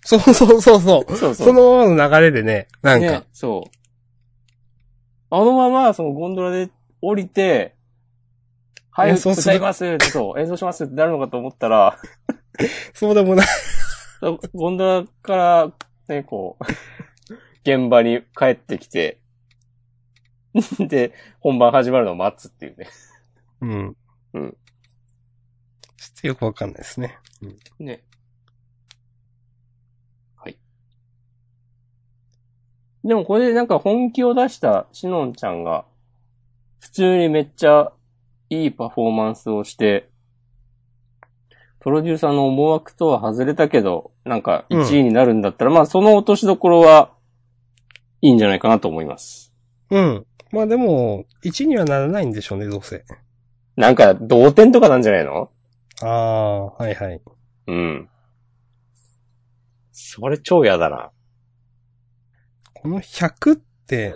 B: そうそうそうそう。
A: そう
B: そのままの流れでね、なんか、
A: ね、そう。あのまま、そのゴンドラで降りて、はい、
B: 演奏す
A: 歌
B: る
A: いますって、そう、演奏しますってなるのかと思った ら、
B: そうでもない。
A: ゴンドラから、ね、こう、現場に帰ってきて、 で、本番始まるのを待つっていうね。
B: うん。
A: うん。
B: ちょっとよくわかんないですね。
A: ね。はい。でもこれでなんか本気を出したシノンちゃんが、普通にめっちゃいいパフォーマンスをして、プロデューサーの思惑とは外れたけど、なんか1位になるんだったら、まあその落としどころはいいんじゃないかなと思います。
B: うん。まあでも、1にはならないんでしょうね、どうせ。
A: なんか同点とかなんじゃないの
B: ああ、はいはい。
A: うん。それ超嫌だな。
B: この100って、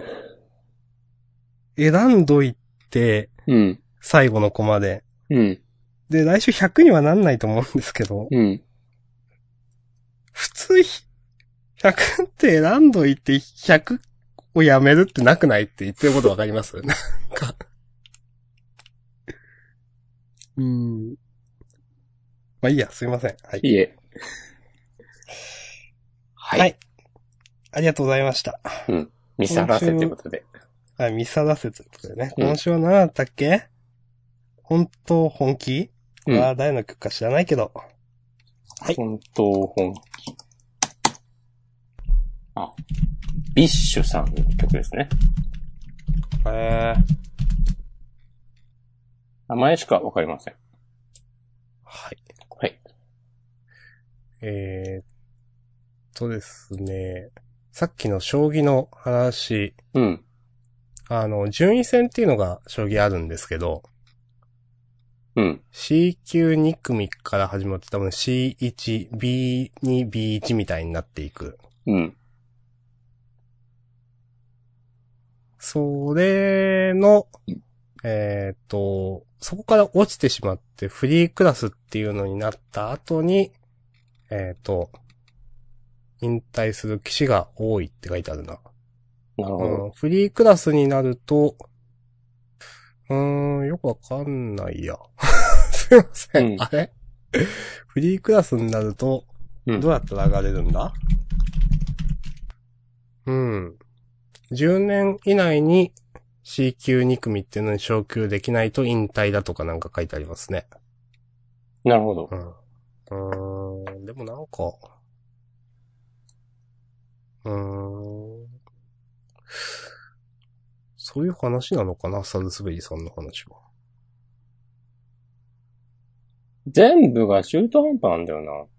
B: 選んどいて、
A: うん。
B: 最後のコマで。
A: うん。
B: で、来週100にはなんないと思うんですけど、
A: うん。
B: 普通ひ、100って選んどいて、100をやめるってなくないって言ってることわかります なんか。うん。まあいいや、すいません。はい。
A: いえ。はい。
B: はいありがとうございました。
A: 見さらせということで。
B: はい、見さらせということでね。
A: うん
B: 今週は何だったっけ、本当本気、
A: うん
B: ああ、誰の曲か知らないけど。はい
A: 本当本気。あ、ビッシュさんの曲ですね。
B: え
A: 名前しかわかりません。
B: はい。
A: はい。
B: えー、っとですね、さっきの将棋の話、
A: うん。
B: あの、順位戦っていうのが将棋あるんですけど、
A: うん。
B: C 級2組から始まって多分 C1、B2、B1 みたいになっていく。
A: うん。
B: それの、えーっと、そこから落ちてしまってフリークラスっていうのになった後に、えーっと、引退する騎士が多いって書いてあるな。
A: なるほ
B: う
A: ど。
B: ん、フリークラスになると、うーん、よくわかんないや。 すいません。
A: うん
B: あれ フリークラスになると、
A: うん
B: どうやったら上がれるんだうん。10年以内に C 級2組っていうのに昇級できないと引退だとかなんか書いてありますね。
A: なるほど。
B: うん。うーん、でもなんか、うーん。そういう話なのかな、サルスベリさんの話は。
A: 全部が中途半端なんだよ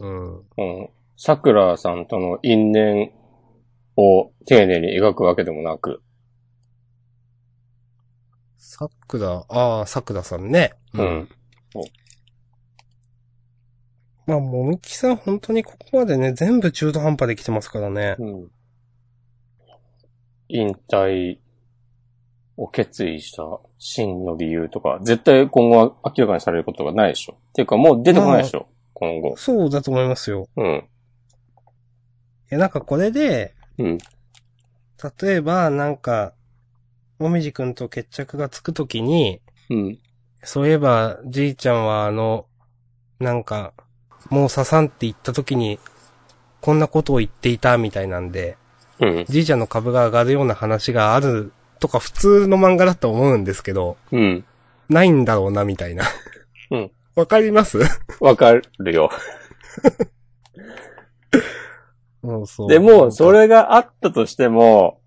B: うん。
A: な。うん。桜さんとの因縁を丁寧に描くわけでもなく。
B: 桜、ああ、桜さんね。
A: うん。
B: まあ、もみきさん本当にここまでね、全部中途半端で来てますからね。
A: うん。引退を決意した真の理由とか、絶対今後は明らかにされることがないでしょ。っていうかもう出てこないでしょ、今後。
B: そうだと思いますよ。
A: うん。
B: いや、なんかこれで、
A: うん。
B: 例えば、なんか、もみじくんと決着がつくときに、
A: うん。
B: そういえば、じいちゃんはあの、なんか、もう刺さんって言った時に、こんなことを言っていたみたいなんで、
A: うん。
B: じいちゃんの株が上がるような話があるとか普通の漫画だと思うんですけど、
A: うん。
B: ないんだろうなみたいな。
A: うん。
B: わかります
A: わかるよ。
B: そうそう
A: でも、そ、れがあったとしても、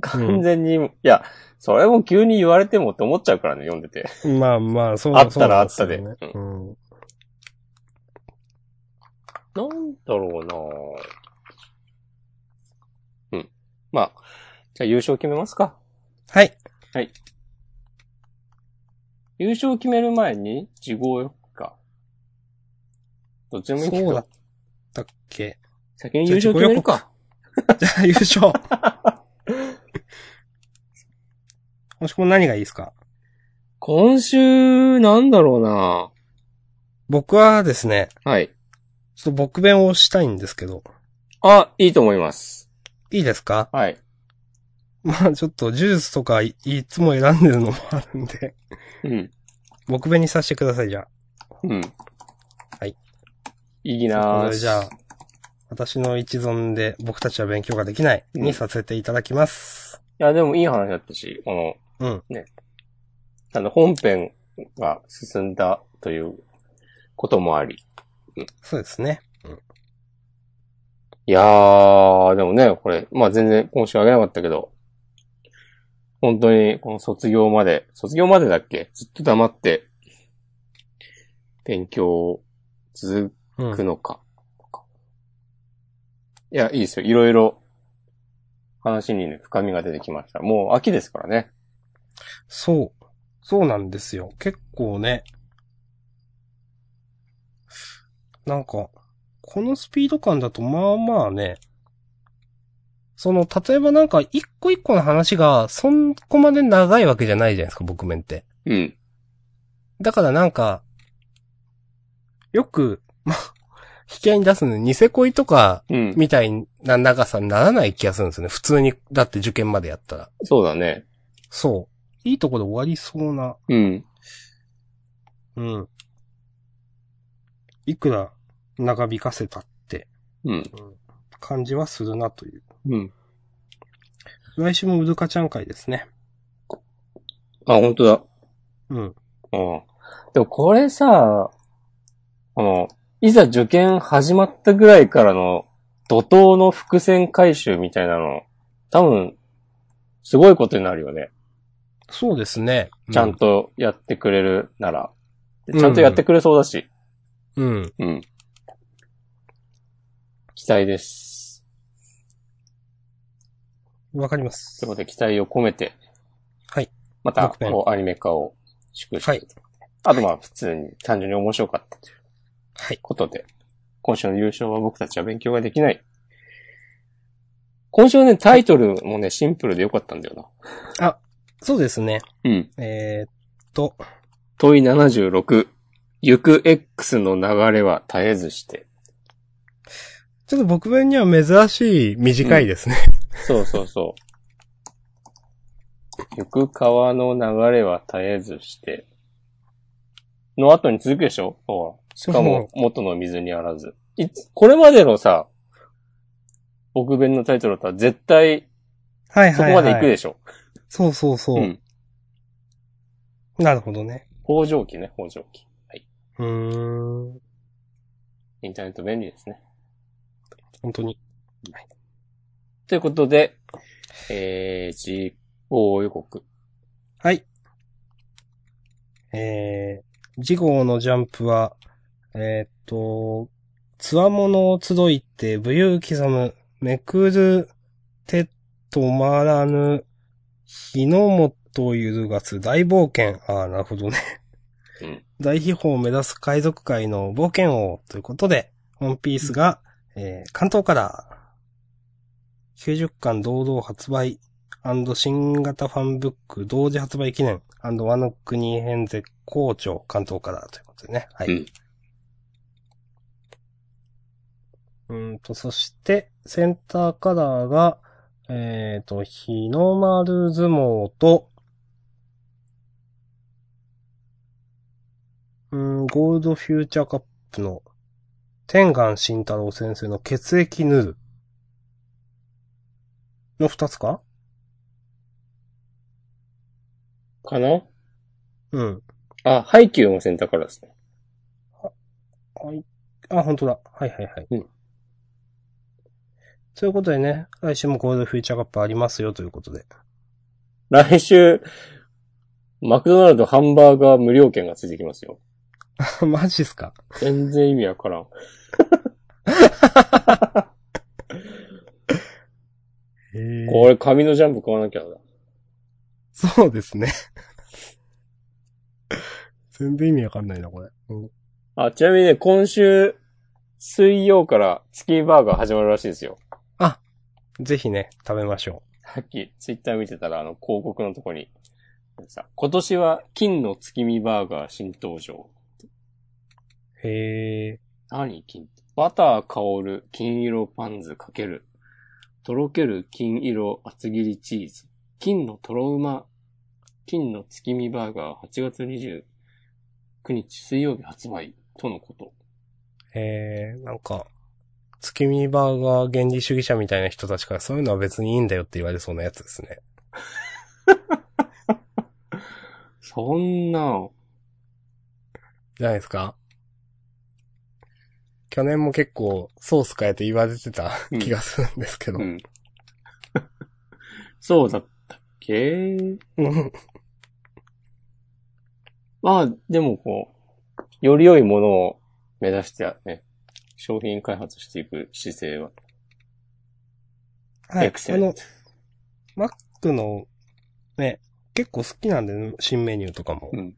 A: 完全に、いや、それも急に言われてもって思っちゃうからね、読んでて。
B: まあまあ、そう
A: あったらあっ
B: そ
A: た
B: うな
A: で
B: んすよねうん。
A: なんだろうなうん。まあ、じゃあ優勝決めますか。
B: はい。
A: 優勝決める前に、地号よくか。どっちでもいいけ
B: そうだっ
A: ど、
B: たっけ
A: 先に優勝決めるか。
B: じゃあ 優勝。もしこれ何がいいですか
A: 今週、なんだろうな
B: 僕はですね、
A: はい。
B: ちょっと僕弁をしたいんですけど、
A: あ、いいと思います。
B: いいですか
A: はい。
B: まあちょっとジュースとかいいつも選んでるのもあるんで、
A: うん。
B: 僕弁にさせてください、じゃあ。
A: うん。
B: はい。
A: いき
B: こ
A: なー
B: れ
A: す。
B: じゃあ、私の一存で僕たちは勉強ができないにさせていただきます。
A: いや、でもいい話だったし、この、
B: うん。
A: あの、本編が進んだということもあり。
B: そうですね。
A: いやー、でもね、これ、まあ全然今週あげなかったけど、本当にこの卒業まで、卒業までだっけずっと黙って、勉強を続
B: う
A: く
B: ん。
A: のか。いや、いいですよ。いろいろ、話にね、深みが出てきました。もう秋ですからね。
B: そう。そうなんですよ。結構ね。なんか、このスピード感だとまあまあね、その、例えばなんか一個一個の話がそんこまで長いわけじゃないじゃないですか、僕面って。
A: うん。
B: だからなんか、よく、まあ、引き合いに出すのに、ニセ恋とか、
A: うん。
B: みたいな長さにならない気がするんですよね。普通に、だって受験までやったら。
A: そうだね。
B: そう。いいとこで終わりそうな。
A: うん。
B: うん。いくら長引かせたって
A: うん。
B: 感じはするなという。
A: うん。
B: 来週もうずかちゃん会ですね。
A: あ、本当だ。
B: うん。
A: うん。でもこれさ、この、いざ受験始まったぐらいからの怒涛の伏線回収みたいなの、多分、すごいことになるよね。
B: そうですね。
A: ちゃん
B: と。
A: とやってくれるなら。で
B: うん
A: ちゃんとやってくれそうだし。
B: うん。
A: うん。期待です。
B: わかります
A: という。ことで期待を込めて。
B: はい。
A: また、
B: 僕ペン
A: こう、アニメ化を祝して。
B: はい
A: あとまあ、普通に、単純に面白かったという
B: はい。
A: ことで、今週の優勝は僕たちは勉強ができない。今週はね、タイトルもね、シンプルでよかったんだよ
B: そうですね。
A: な。うん。
B: えー、っと、
A: 問い76。行く X の流れは絶えずして。
B: ちょっと僕弁には珍しい短いですね。
A: そうそうそう。行く川の流れは絶えずして。の後に続くでしょほら。しかも、元の水にあらず。いつ、これまでのさ、僕弁のタイトルとは絶対、
B: はい
A: そ
B: は
A: こ
B: い、
A: ま
B: はい。
A: で行くでしょ、
B: そうそうそう。
A: うん。
B: なるほどね。
A: 工場機ね、工場機。
B: うーん。
A: インターネット便利ですね。
B: 本当に。
A: ということで、えー、事項予告。
B: はい。えー、次号のジャンプは、えーっと、つわものを集いて武勇刻む、めくる手止まらぬ、日の元揺るがす大冒険。ああ、なるほどね。
A: うん
B: 大秘宝を目指す海賊界の冒険王ということで、ワンピースが、えー関東から、90巻堂々発売、新型ファンブック同時発売記念、ワノ国編絶好調、関東からということでね。はい。
A: うん
B: うーんと、そして、センターカラーが、えっ、と、日の丸相撲と、うーん、ゴールドフューチャーカップの天眼慎太郎先生の血液ヌル。の二つか
A: かな
B: うん。
A: あ、ハイキューも選択からですね。
B: はい。あ、本当だ。はいはいはい。
A: うん。
B: ということでね、来週もゴールドフューチャーカップありますよということで。
A: 来週、マクドナルドハンバーガー無料券がついてきますよ。
B: マジっすか
A: 全然意味わからん。
B: へえ
A: これ、紙のジャンプ買わなきゃだ。
B: そうですね。全然意味わかんないな、これ。うん
A: あ、ちなみにね、今週、水曜から月バーガー始まるらしいですよ。
B: ぜひね、食べましょ
A: さっき、ツイッター見てたら、あの、広告のとこに、さ今年は金の月見バーガー新登場。
B: う。へえ。
A: 何金ってバター香る金色パンズかける。とろける金色厚切りチーズ。金のとろ馬。金の月見バーガー8月29日水曜日発売。とのこと。
B: へえ、なんか、月見バーガー原理主義者みたいな人たちからそういうのは別にいいんだよって言われそうなやつですね。
A: そんな、
B: じゃないですか去年も結構ソース変えて言われてた
A: うん
B: 気がするんですけど。
A: うん。そうだったっけ
B: うん
A: まあ、でもこう、より良いものを目指してね、商品開発していく姿勢は、
B: はい。
A: エクセ
B: あ
A: レン
B: の
A: ト、
B: マックの、ね、結構好きなんで、ね、新メニューとかも。
A: うん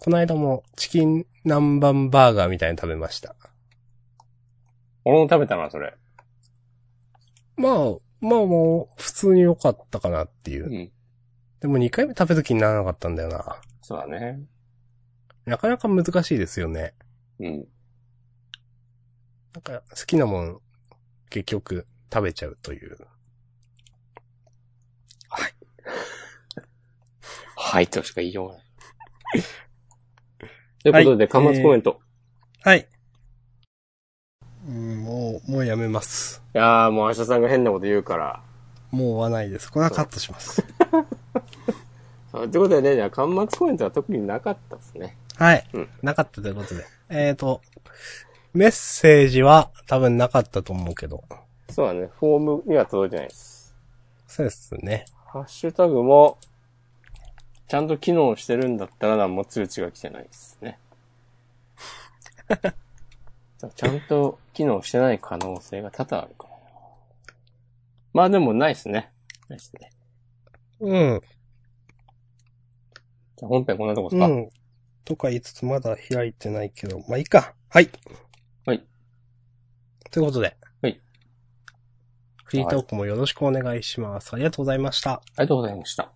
B: この間もチキン南蛮バーガーみたいに食べました。
A: 俺も食べたな、それ。
B: まあ、まあもう、普通に良かったかなっていう。
A: うん。
B: でも2回目食べる気にならなかったんだよな。
A: そうだね。
B: なかなか難しいですよね。
A: うん。
B: なんか、好きなもん、結局、食べちゃうという。
A: はい、としか言いようがない。 ということで、
B: はい
A: 端末コメント。
B: はい。うん、もう、もうやめます。
A: いやー、もう明日さんが変なこと言うから。
B: もう追わないです。これはカットします。
A: あということでね、じゃあ、端末コメントは特になかったですね。
B: はい、
A: うん
B: なかったということで。えーと、メッセージは多分なかったと思うけど。
A: そうだね、フォームには届いてないです。
B: そうですね。
A: ハッシュタグも、ちゃんと機能してるんだったら何も通知が来てないです ね。ちゃんと機能してない可能性が多々あるからな。まあでもないですね。ないっすね。
B: うん。
A: じゃあ本編こんなとこです
B: う
A: か、
B: ん。とか言いつつまだ開いてないけど、まあいいか。はい。
A: はい。
B: ということで。
A: はい。
B: フリートークもよろしくお願いします。ありがとうございました。
A: ありがとうございました。